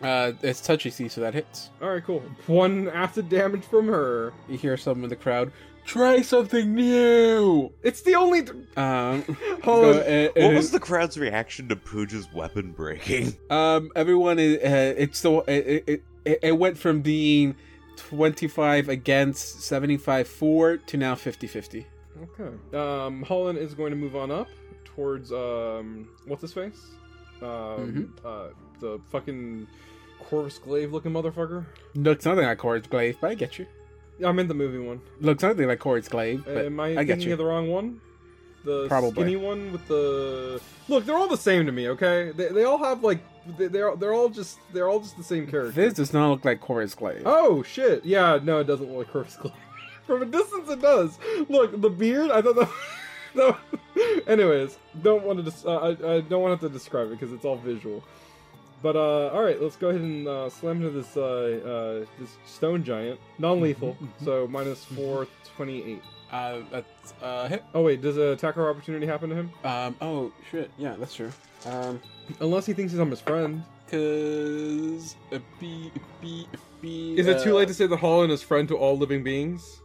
Uh, it's touchy see, so that hits.
All right, cool. One acid damage from her.
You hear some in the crowd. Try something new.
It's the only.
Um,
Hold
go-
on.
it-
What
it
was
is-
the crowd's reaction to Pooja's weapon breaking?
Um, everyone is. Uh, it's the. It, it, it, it went from being twenty-five against seventy-five for to now 50-50.
Okay. Um, Holland is going to move on up towards um, what's his face? Um, uh, the fucking Corvus Glaive looking motherfucker.
Looks nothing like Cords Glaive, but I get you.
I meant the movie one.
Looks nothing like Cords Glaive,
Uh,
but
Am I,
I get
thinking
you.
of the wrong one? The
Probably.
skinny one with the look. They're all the same to me. Okay, they, they all have like they, they're they're all just they're all just the same character.
this does not look like Cords Glaive.
Oh shit! Yeah, no, it doesn't look Corpse Glaive. (laughs) From a distance, it does. Look, the beard. I thought that. (laughs) no. (laughs) Anyways, don't want to. Dis- uh, I, I don't want to describe it because it's all visual. But uh, all right, let's go ahead and uh, slam into this uh, uh, this stone giant,
(laughs)
non-lethal.
Mhm, mhm.
So minus four twenty-eight.
Uh, that's uh, hit.
Oh wait, does a attacker opportunity happen to him?
Um, oh shit, yeah, that's true. Um,
Unless he thinks he's I'm his friend.
cause a B B B.
Is it too late to say that Holland is friend to all living beings?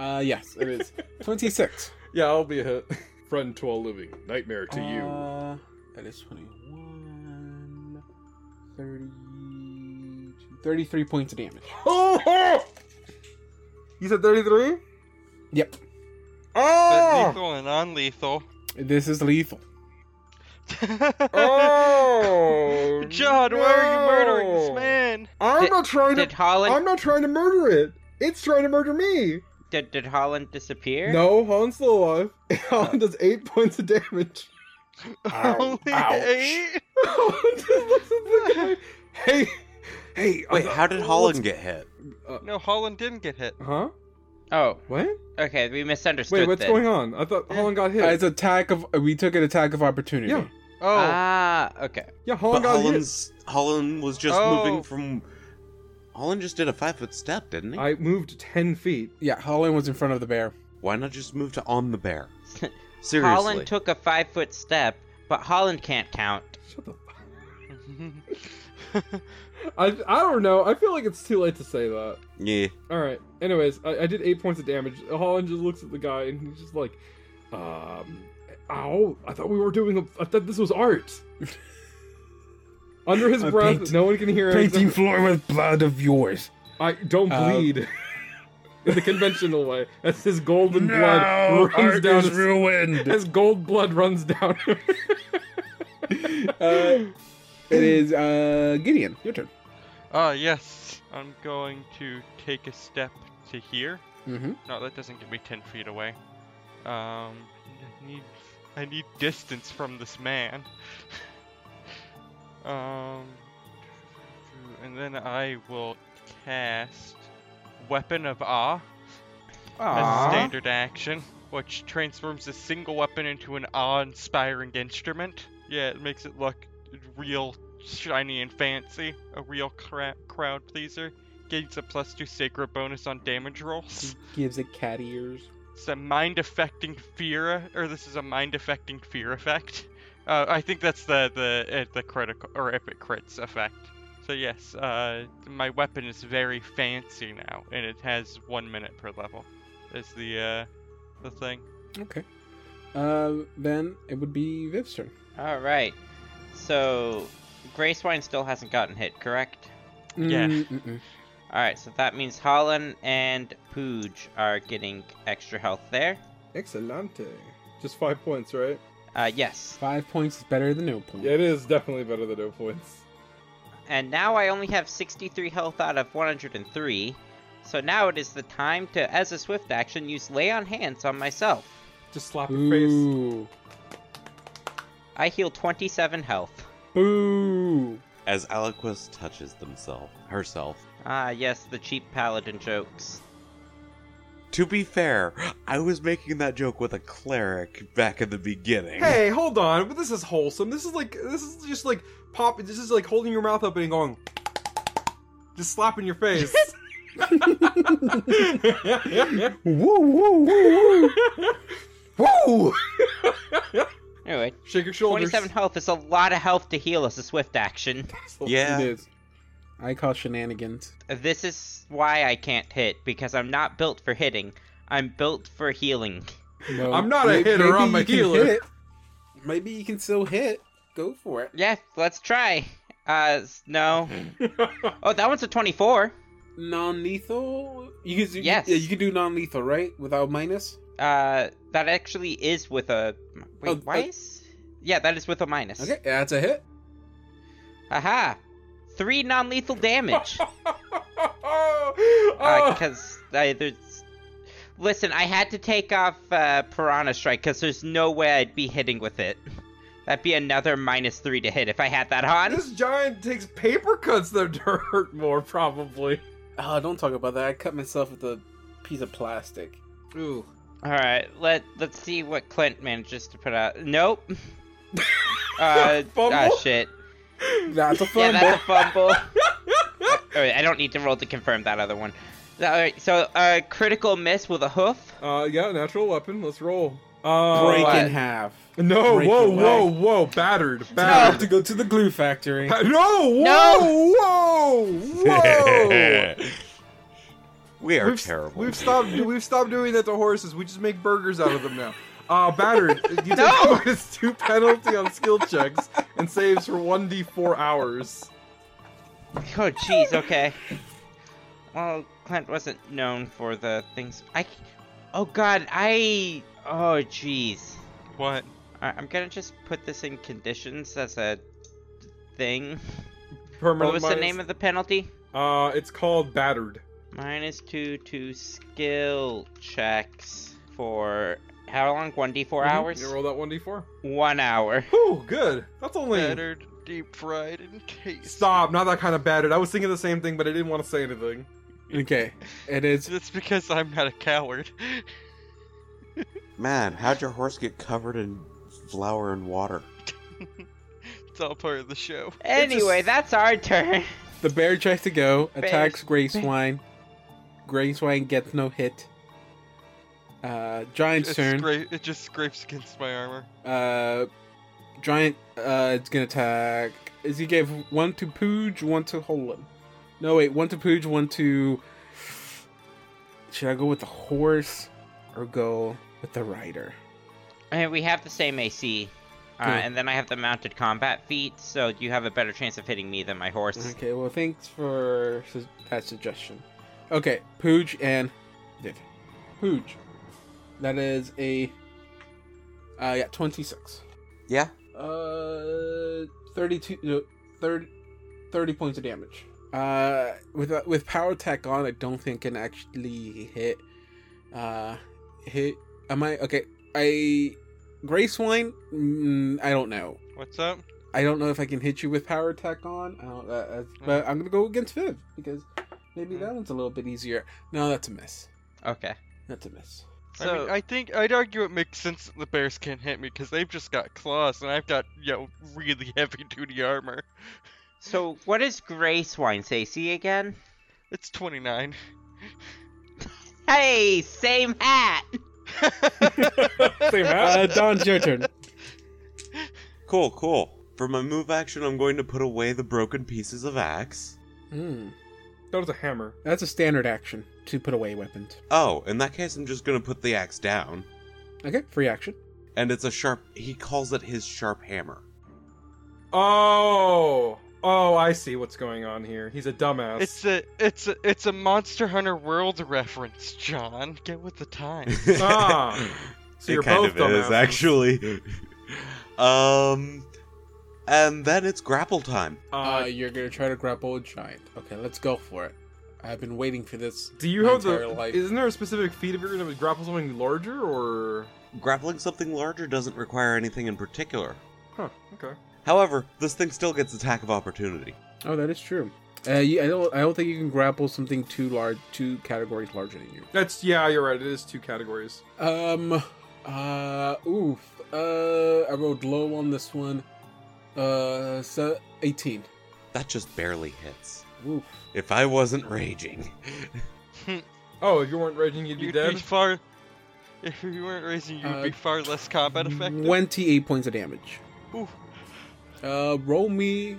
Uh, yes, it (laughs) is. Twenty-six.
(laughs) Yeah, I'll be a (laughs) hit. friend to all living, nightmare to you.
Uh, that is 21, 30, 33 points of damage.
Oh! You said 33?
Yep.
But
Oh!
lethal and non-lethal.
This is lethal.
Oh!
(laughs) John, why are you murdering
no.
this man?
I'm
Did-
not trying
Did
to.
Holland
I'm not trying to murder it. It's trying to murder me.
did, did Holland disappear?
No, Holland's still alive. (laughs) Holland does eight points of damage.
(laughs) Only eight?
Holland just looks at the guy. Hey, hey.
(laughs) Wait,
I'm-
how did Holland get hit?
No, Holland didn't get hit.
Huh?
Oh,
What?
okay. We misunderstood.
Wait, what's
then.
going on? I thought Holland got hit.
Uh, it's attack of. We took an attack of opportunity.
Yeah.
Oh,
Ah, okay. (laughs)
yeah, Holland
But
got
Holland's Holland was just
Oh.
moving from. Holland just did a five foot step, didn't he?
hit. I moved ten feet.
Yeah, Holland was in front of the bear.
Why not just move to on the bear? Seriously.
Holland took a five foot step, but Holland can't count.
Shut the. Fuck. I I don't know. I feel like it's too late to say that.
yeah.
All right. Anyways, I, I did eight points of damage. Holland just looks at the guy and he's just like, um, ow! I thought we were doing. A, I thought this was
(laughs)
art. Under his
A
breath,
paint-
no one can hear
Painting
anything.
floor with blood of yours.
I don't
Uh,
bleed. (laughs) In the conventional way, as his golden blood runs down his,
ruined.
(laughs) as gold blood runs down.
(laughs)
(laughs)
uh, it is uh Gideon. Your turn.
(laughs) Ah, yes. I'm going to take a step to here.
Mm-hmm.
No, that doesn't get me ten feet away. Um, I need, I need distance from this man. (laughs) um, and then I will cast Weapon of Awe as a standard action, which transforms a single weapon into an awe-inspiring instrument. Yeah, it makes it look real shiny and fancy. A real cra- crowd pleaser. Gains a plus two sacred bonus on damage rolls.
Gives it cat ears.
It's a mind affecting fear, or this is a mind affecting fear effect. Uh, I think that's the the uh, the critical or if it crits effect. So yes, uh, my weapon is very fancy now, and it has one minute per level. Is the uh, the thing?
Okay. Uh, then it would be Viv's turn.
All right. So, Grace Wine still hasn't gotten hit, correct?
Yeah.
Mm, mm-mm.
All right. So that means Holland and Pooj are getting extra health there.
Excellente. Just five points, right?
Uh, yes.
Five points is better than no points.
Yeah, it is definitely better than no points.
And now I only have 63 health out of 103. So now it is the time to, as a swift action, use Lay on Hands on myself.
Just slap your face.
Boo.
I heal 27 health.
Boo.
As Aliquis touches themself herself.
Ah, yes, the cheap paladin jokes.
To be fair, I was making that joke with a cleric back in the beginning.
Hey, hold on, but this is wholesome. This is like this is just like pop. This is like holding your mouth open and going, just slapping your (laughs) face.
Woo, woo, woo, woo. woo.
Anyway,
Shake your shoulders. (laughs)
27 health is a lot of health to heal as a swift action.
It
Yeah.
is. I call shenanigans.
This is why I can't hit, because I'm not built for hitting. I'm built for healing.
No,
I'm not a
may-
hitter,
maybe
I'm a
you can
healer.
hit. Maybe you can still hit. Go for it.
Yeah, let's try. Uh, s- no. oh, that one's a 24.
Non-lethal. You can. You,
Yes.
yeah, you can do non-lethal, right? Without minus.
Uh, that actually is with a. Wait,
Oh,
why
oh.
is. Yeah, that is with a minus.
Okay, yeah, that's a hit.
Aha! Three non lethal
(laughs)
damage.
oh,
Because there's. Listen, I had to take off uh, Piranha Strike because there's no way I'd be hitting with it. (laughs) That'd be another minus three to hit if I had that on.
this giant takes paper cuts them to hurt more, probably.
Oh, don't talk about that. I cut myself with a piece of plastic.
Ooh.
All right, let let's see what Clint manages to put out.
(laughs)
Nope. uh, ah,
Fumble?
shit.
That's a
Yeah,
fumble.
that's a fumble. All right, I don't need to roll to confirm that other one. All right, so uh, critical miss with a hoof.
Uh, yeah, natural weapon. Let's roll. Uh,
Break
what?
in half.
No,
Break
whoa,
your
whoa,
leg.
whoa, battered,
I have
battered.
to go to the glue factory.
Pa- No, whoa,
No.
whoa,
(laughs)
whoa.
we are
we've,
terrible.
We've stopped. We've stopped doing that to horses. We just make burgers out of them now. Uh, battered. You take (laughs)
No.
minus two penalty on skill checks and saves for one d four hours.
Oh, jeez, okay. Well, Clint wasn't known for the things. I. c- Oh, God, I. Oh, jeez.
What?
Alright, I'm gonna just put this in conditions as a thing.
Permanent
What was the name of the penalty?
Uh, it's called battered.
Minus two to skill checks for how long? One d four hours.
Mm-hmm. You roll that one d four.
One hour.
Whew, good. That's only.
Battered, deep fried, and tasty.
Stop. Not that kind of battered. I was thinking the same thing, but I didn't want to say anything.
Okay, it is.
That's because I'm not a coward. (laughs)
Man, how'd your horse get covered in flour and water?
It's all part of the show.
Anyway,
just-
that's our turn. (laughs)
The bear tries to go,
Bear.
attacks Gray
Bear.
Swine. Gray Swine gets no hit. Uh, Giant's
It,
turn.
scra- it just scrapes against my armor.
Uh, Giant, uh, it's gonna attack. Is he gave one to Pooge, one to Holem? No, wait, one to Pooge, one to. Should I go with the horse or go with the rider?
And we have the same AC. Uh,
Cool.
and then I have the mounted combat feat, so you have a better chance of hitting me than my horse.
Okay, well, thanks for su- that suggestion. Okay, Pooge and Div. Pooge. That is a. Uh, yeah, 26.
Yeah.
Uh, 32. No, 30, 30 points of damage. Uh, with with power attack on, I don't think can actually hit. Uh, hit. Am I okay? I Grace Wine. Mm, I don't know.
What's up?
I don't know if I can hit you with power attack on. I don't, that, that's, But I'm gonna go against Viv because maybe that one's a little bit easier. No, that's a miss.
Okay.
That's a miss.
So
I mean, I think I'd argue it makes sense that the bears can't hit me because they've just got claws and I've got you know really (laughs) heavy duty armor.
So, what is Gray Swine's AC again?
It's 29.
Hey, same hat!
(laughs) Same hat.
Uh, Don's your turn.
Cool, cool. For my move action, I'm going to put away the broken pieces of axe.
(laughs) Hmm.
That was a hammer.
that's a standard action to put away weapons.
Oh, in that case, I'm just going to put the axe down.
Okay, free action.
And it's a sharp. He calls it his sharp hammer.
Oh. Oh, I see what's going on here. He's a dumbass.
It's a it's a it's a Monster Hunter World reference, John. Get with the time.
Ah.
(laughs)
So you're both dumbasses.
actually. um, and then it's grapple time.
Uh,
Uh,
you're gonna try to grapple a giant. Okay, let's go for it. I've been waiting for this.
do you
my
have the?
entire life.
Isn't there a specific feat if you're gonna grapple something larger or?
Grappling something larger doesn't require anything in particular.
Huh. Okay.
However, this thing still gets attack of opportunity.
Oh, that is true. Uh, you, I don't. I don't think you can grapple something too large, two categories larger than you.
That's yeah. You're right. It is two categories.
Um. Uh. Oof. Uh. I rolled low on this one. Uh. So eighteen.
That just barely hits.
Oof.
If I wasn't raging.
Oh, if (laughs) you weren't raging, you'd be
You'd
dead.
(laughs) be far. If you weren't raising, you'd
Uh,
be far less combat effective.
Twenty-eight points of damage.
Ooh.
Uh. Roll me.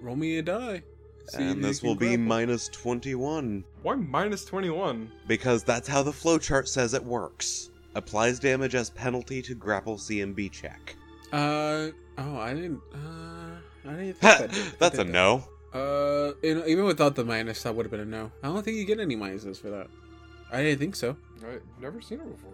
Roll me a die. See if
and
you
this
can
will be
grapple.
minus 21,
Why minus twenty one?
because that's how the flowchart says it works. Applies damage as penalty to grapple CMB check. (laughs)
Uh. Oh, I didn't. Uh. I didn't.
(laughs)
Think I did- I
that's
did
a
that.
no.
Uh, and even without the minus, that would have been a no. I don't think you get any minuses for that. I didn't think so.
I've never seen her before.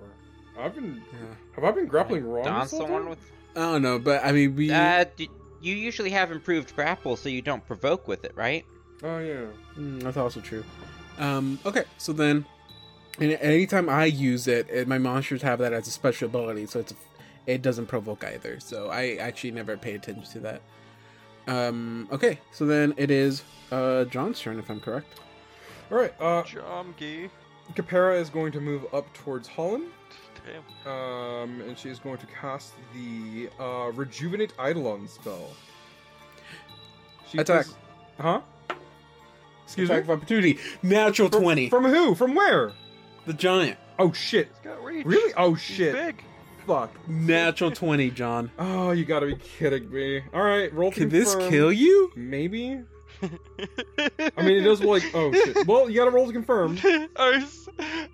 I've been.
Yeah.
Have I been grappling wrong?
Don
this whole
someone
time?
with.
I don't know, but I mean, we.
Uh, d- you usually have improved grapple, so you don't provoke with it, right?
Oh yeah.
Mm, that's also true. Um, okay, so then, and anytime I use it, it, my monsters have that as a special ability, so it's it doesn't provoke either. So I actually never pay attention to that. Um, okay, so then it is uh John's turn, if I'm correct.
All right. Uh,
Jomgi.
Capera is going to move up towards Holland.
Damn.
Um, and she is going to cast the uh, Rejuvenate Eidolon spell. She
Attack.
does- Huh? Excuse
Attack of
me.
opportunity, natural
From-
twenty.
From who? From where?
the giant,
Oh shit!
He's got reach.
Really? Oh
He's
shit!
big.
Fuck!
natural twenty, John.
Oh, you gotta be kidding me! All right, roll.
Can this
confirm.
kill you?
Maybe. I mean, it does
(laughs)
like. Oh shit! Well, you gotta roll to confirm.
our, s-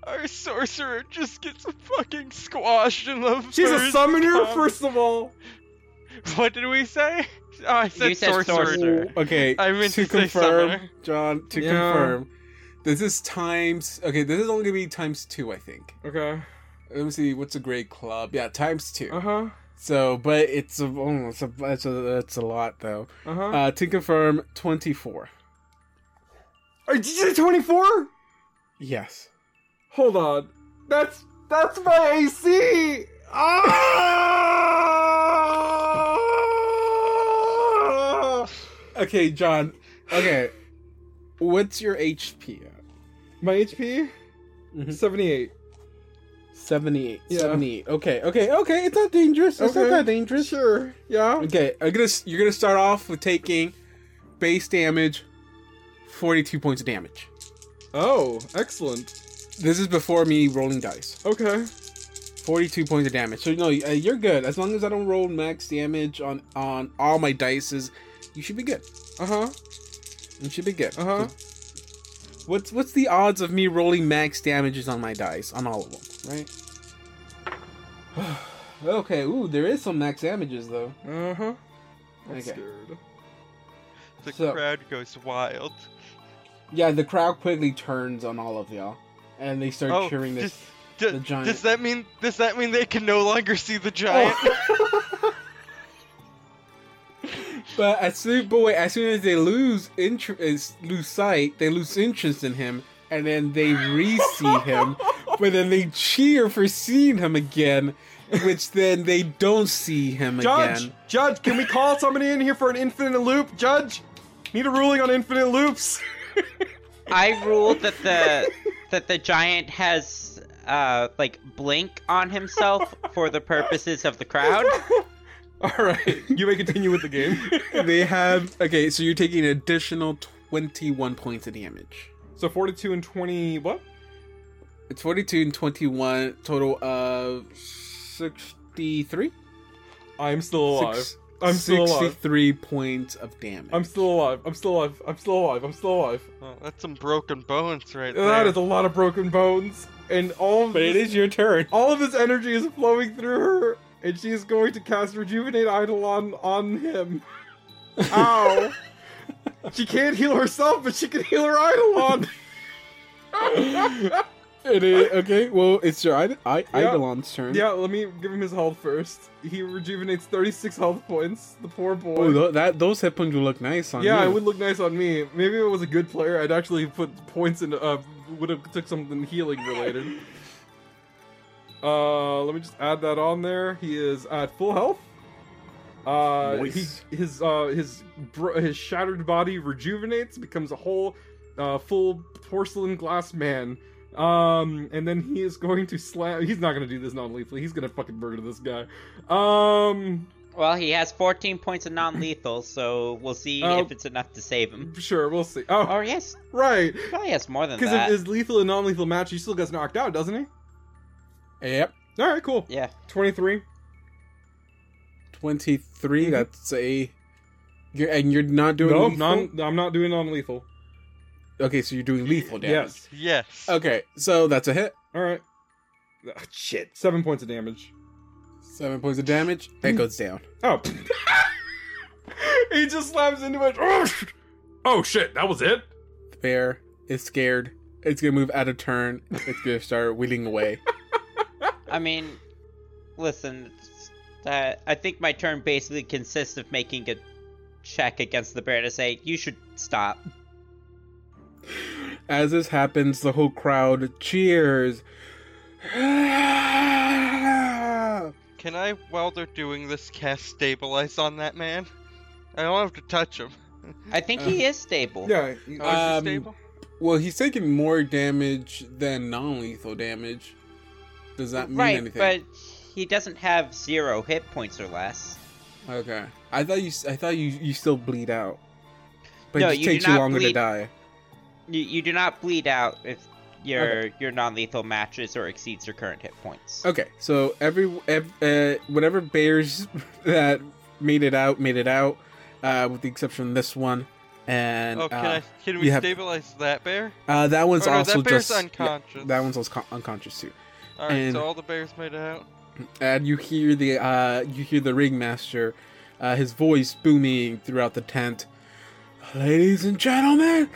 our sorcerer just gets fucking squashed in the
She's a
first
summoner,
combat.
first of all.
(laughs) What did we say? Oh, I said
You said
sorcerer.
sorcerer.
Okay,
I meant
to
to say
confirm,
summoner.
John. To
Yeah.
confirm, this is times. Okay, this is only gonna be times two, I think.
Okay.
Let me see. What's a great club? Yeah, times two.
Uh huh.
So, but it's a, oh, it's a, it's a, that's a lot though.
Uh huh.
Uh, to confirm, twenty four.
Are did you say twenty four?
Yes.
Hold on. That's that's my AC. Ah!
Okay, John. Okay, what's your HP?
My HP
Mhm.
seventy eight.
78
Yeah.
78 okay okay okay it's not dangerous it's
Okay.
not that dangerous
Sure. Yeah.
Okay, I'm gonna you're gonna start off with taking base damage, forty-two points of damage.
Oh, excellent.
This is before me rolling dice.
Okay.
Forty-two points of damage. So no, uh, you're good. As long as I don't roll max damage on on all my dices, you should be good.
Uh huh.
You should be good.
Uh-huh.
What's what's the odds of me rolling max damages on my dice on all of them? Right. (sighs) okay. Ooh, there is some max damages though.
Uh huh.
Okay.
Scared.
The
So-
crowd goes wild.
Yeah, the crowd quickly turns on all of y'all, and they start
Oh, (laughs)
cheering this.
just- D-
The giant.
Does that mean does that mean they can no longer see the giant?
Oh. (laughs) But as soon, but wait, as soon as they lose interest, lose sight, they lose interest in him, and then they re-see him. But then they cheer for seeing him again, which then they don't see him
Judge,
again.
Judge, can we call somebody in here for an infinite loop? Judge, need a ruling on infinite loops. (laughs)
I rule that the that the giant has uh like blink on himself for the purposes of the crowd.
All right, you may continue with
(laughs)
the game.
They have okay, so you're taking an additional twenty-one points of damage.
so forty-two and twenty. What?
It's forty-two and twenty-one total of sixty-three.
I'm still alive.
Six-
I'm still alive.
sixty-three points of damage.
I'm still alive. I'm still alive. I'm still alive. I'm still alive.
Oh, that's some broken bones right there.
That is a lot of broken bones, and all. Of
But it
this-
is your turn.
All of his energy is flowing through her, and she is going to cast Rejuvenate Eidolon on
(laughs)
him. Ow!
(laughs)
she can't heal herself, but she can heal her Eidolon.
It is okay. Well, it's your I- I-
Yeah.
Eidolon's turn.
Yeah, let me give him his health first. He rejuvenates 36 health points. The poor boy.
Oh, tho- that those hit points will look nice on
yeah,
you.
it would look nice on me. Maybe if I was a good player, I'd actually put points in. Uh, would have took something healing related.
(laughs)
uh, let me just add that on there. He is at full health. Uh,
Nice.
he, his uh his bro- his shattered body rejuvenates, becomes a whole, uh, full porcelain glass man. Um, and then he is going to slam. He's not gonna do this non-lethally. He's gonna fucking murder this guy. Um,
Well, he has 14 points of non-lethal, so we'll see
Oh.
if it's enough to save him.
sure, we'll see. Oh,
Or yes,
right.
probably has more than
Because of
that.
his lethal and non-lethal match, he still gets knocked out, doesn't he?
Yep.
All right, cool.
Yeah.
Twenty-three.
Twenty
Mhm.
That's a. You're and you're not doing.
No,
lethal?
non. I'm not doing non-lethal.
Okay, so you're doing lethal damage.
Yes.
Yes.
Okay, so that's a hit.
All right. Ah, shit. Seven points of damage.
Seven points of damage. It goes down.
Oh. (laughs) he just slams into it. Oh, sh- (laughs) Oh shit! That was it.
The bear is scared. It's gonna move out of turn. It's gonna start wheeling
(laughs)
away.
I mean, listen, it's- that I think my turn basically consists of making a check against the bear to say you should stop.
As this happens, the whole crowd
(laughs)
cheers. (sighs)
Can I, while they're doing this, cast Stabilize on that man? I don't have to touch him.
I think he is stable.
Yeah.
Oh,
you-
is he
Um,
stable?
Well, he's taking more damage than non-lethal damage. Does that mean
right,
anything?
but he doesn't have zero hit points or less.
Okay. I thought you. I thought you. You still bleed out. But
No,
it just
you do
takes you
not
longer to
bleed-
die.
You, you do not bleed out if your your non-lethal matches or exceeds your current hit points.
Okay. So every, ev uh, whatever bears (laughs) that made it out made it out, uh, with the exception of this one, and
Oh, can
uh,
I? Can we
you have-
stabilize that bear?
uh, that one's
Oh, no,
also
that bear's
just yeah,
unconscious.
that one's also con- unconscious too.
All right,
and-
so all the bears made it
(laughs)
out.
and you hear the uh, you hear the ringmaster, uh, his voice booming throughout the tent. Ladies and gentlemen,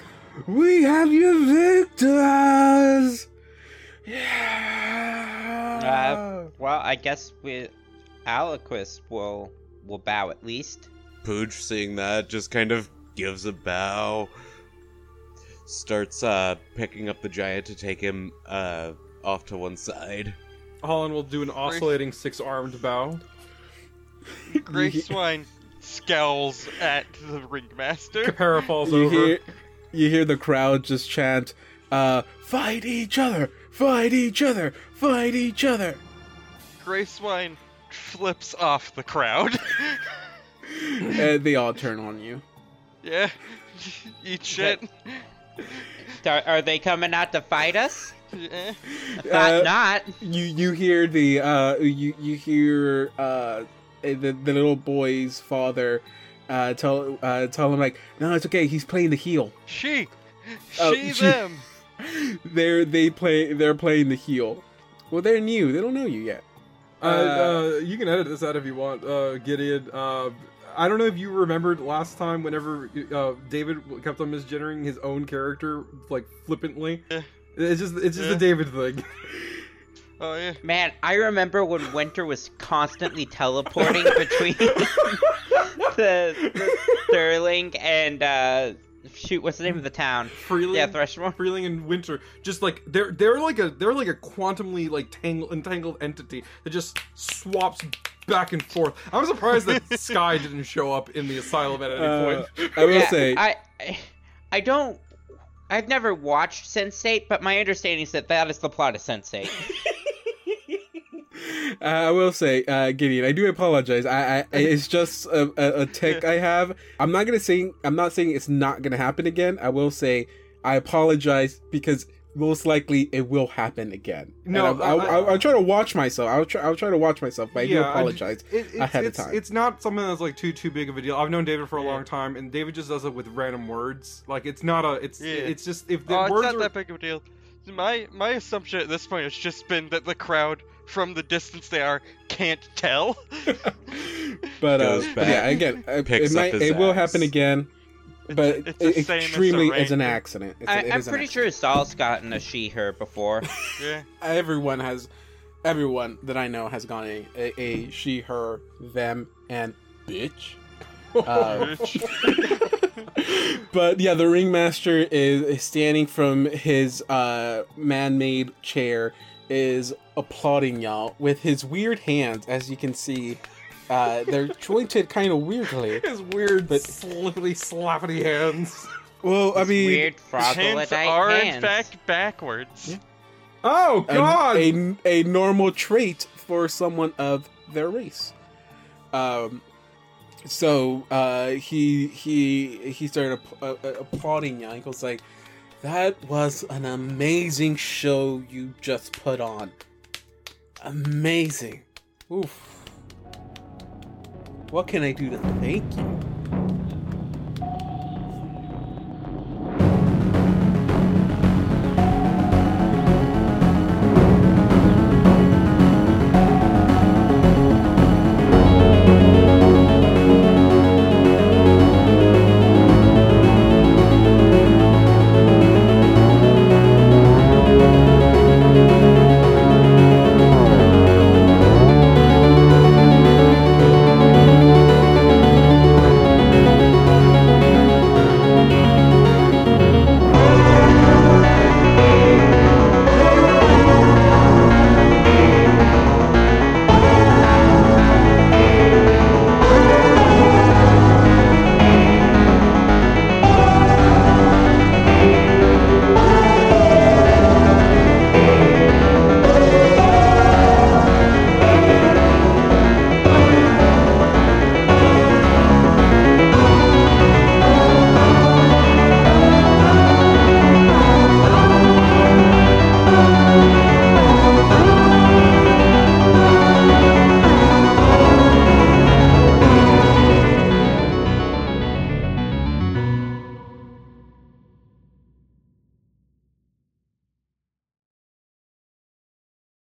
we have your victors. Yeah.
Well, I guess we Aliquis will will bow at least.
Pooch, seeing that, just kind of gives a bow. Starts uh, picking up the giant to take him uh, off to one side.
Holland will do an oscillating
(laughs)
six-armed bow.
Gray Swine scowls at the
(laughs)
ringmaster.
Capara falls
you
over.
hear you hear the crowd just chant, uh, "Fight each other! Fight each other! Fight each other!"
Gray Swine flips off the crowd. (laughs)
and they all turn on you.
yeah, (laughs) eat shit.
Are, are they coming out to fight us?
Yeah.
Thought
Uh,
not.
you you hear the uh you you hear uh the, the little boy's father uh tell uh tell him like no it's okay he's playing the heel (laughs)
She,
Oh,
she,
she-
them.
they're they play they're playing the heel well they're new they don't know you yet
Uh, uh, you can edit this out if you want, uh, Gideon. Uh, I don't know if you remembered last time whenever uh, David kept on misgendering his own character like flippantly.
Yeah.
It's just it's just
Yeah.
a David thing.
Oh yeah.
Man, I remember when Winter was constantly
(laughs)
teleporting between (laughs) the, the Sterling and uh shoot, what's the name of the town?
Freeling,
Yeah, Threshmore.
Freeling and Winter, just like they're they're like a they're like a quantumly like tangle, entangled entity that just swaps back and forth. I'm surprised that Sky didn't show up in the asylum at any
Uh,
point.
i will
Yeah,
say
I I- I don't I've never watched Sense8, but my understanding is that that is the plot of Sense8.
Uh, I will say, uh, Gideon, I do apologize. I,
(laughs)
I it's just a, a, a tick I have. I'm not gonna say. I'm not saying it's not gonna happen again. I will say, I apologize because most likely it will happen again. And
No,
I, I,
I-
I, will try to watch myself. I'll try. I'll try to watch myself. But I do
Yeah, I-
apologize.
It, it's,
ahead of
it's,
time.
It's not something that's like too too big of a deal. I've known David for a long time, and David just does it with random words. Like it's not a. It's
Yeah.
it's just if the
Oh, it's
words
not
are.
that big of a deal. My my assumption at this point has just been that the crowd, from the distance they are, can't tell. (laughs)
but, uh,
Goes
but yeah,
back,
again, uh,
picks
it
up
might.
his
It will
axe.
happen again. but
it's the same as a
extremely as, an
ranger.
accident. It's a-
I,
it
I'm
is an
pretty sure Zal's gotten a she/her before.
Yeah.
everyone has everyone that I know has gone a, a, a she, her, them, and bitch. Uh, (laughs) but yeah, the ringmaster is is standing from his uh, man-made chair, is applauding y'all with his weird hands, as you can see. Uh, they're jointed kind of weirdly.
(laughs) His weird,
But-
slippity, slappity hands. (laughs)
Well, I mean,
Weird
His hands
froglodyte
are in
hands.
fact backwards.
Oh
a-
God!
A, a normal trait for someone of their race. Um, so uh, he he he started app- uh, uh, applauding Yankel's like, "That was an amazing show you just put on. Amazing. Oof. What can I do to thank you?"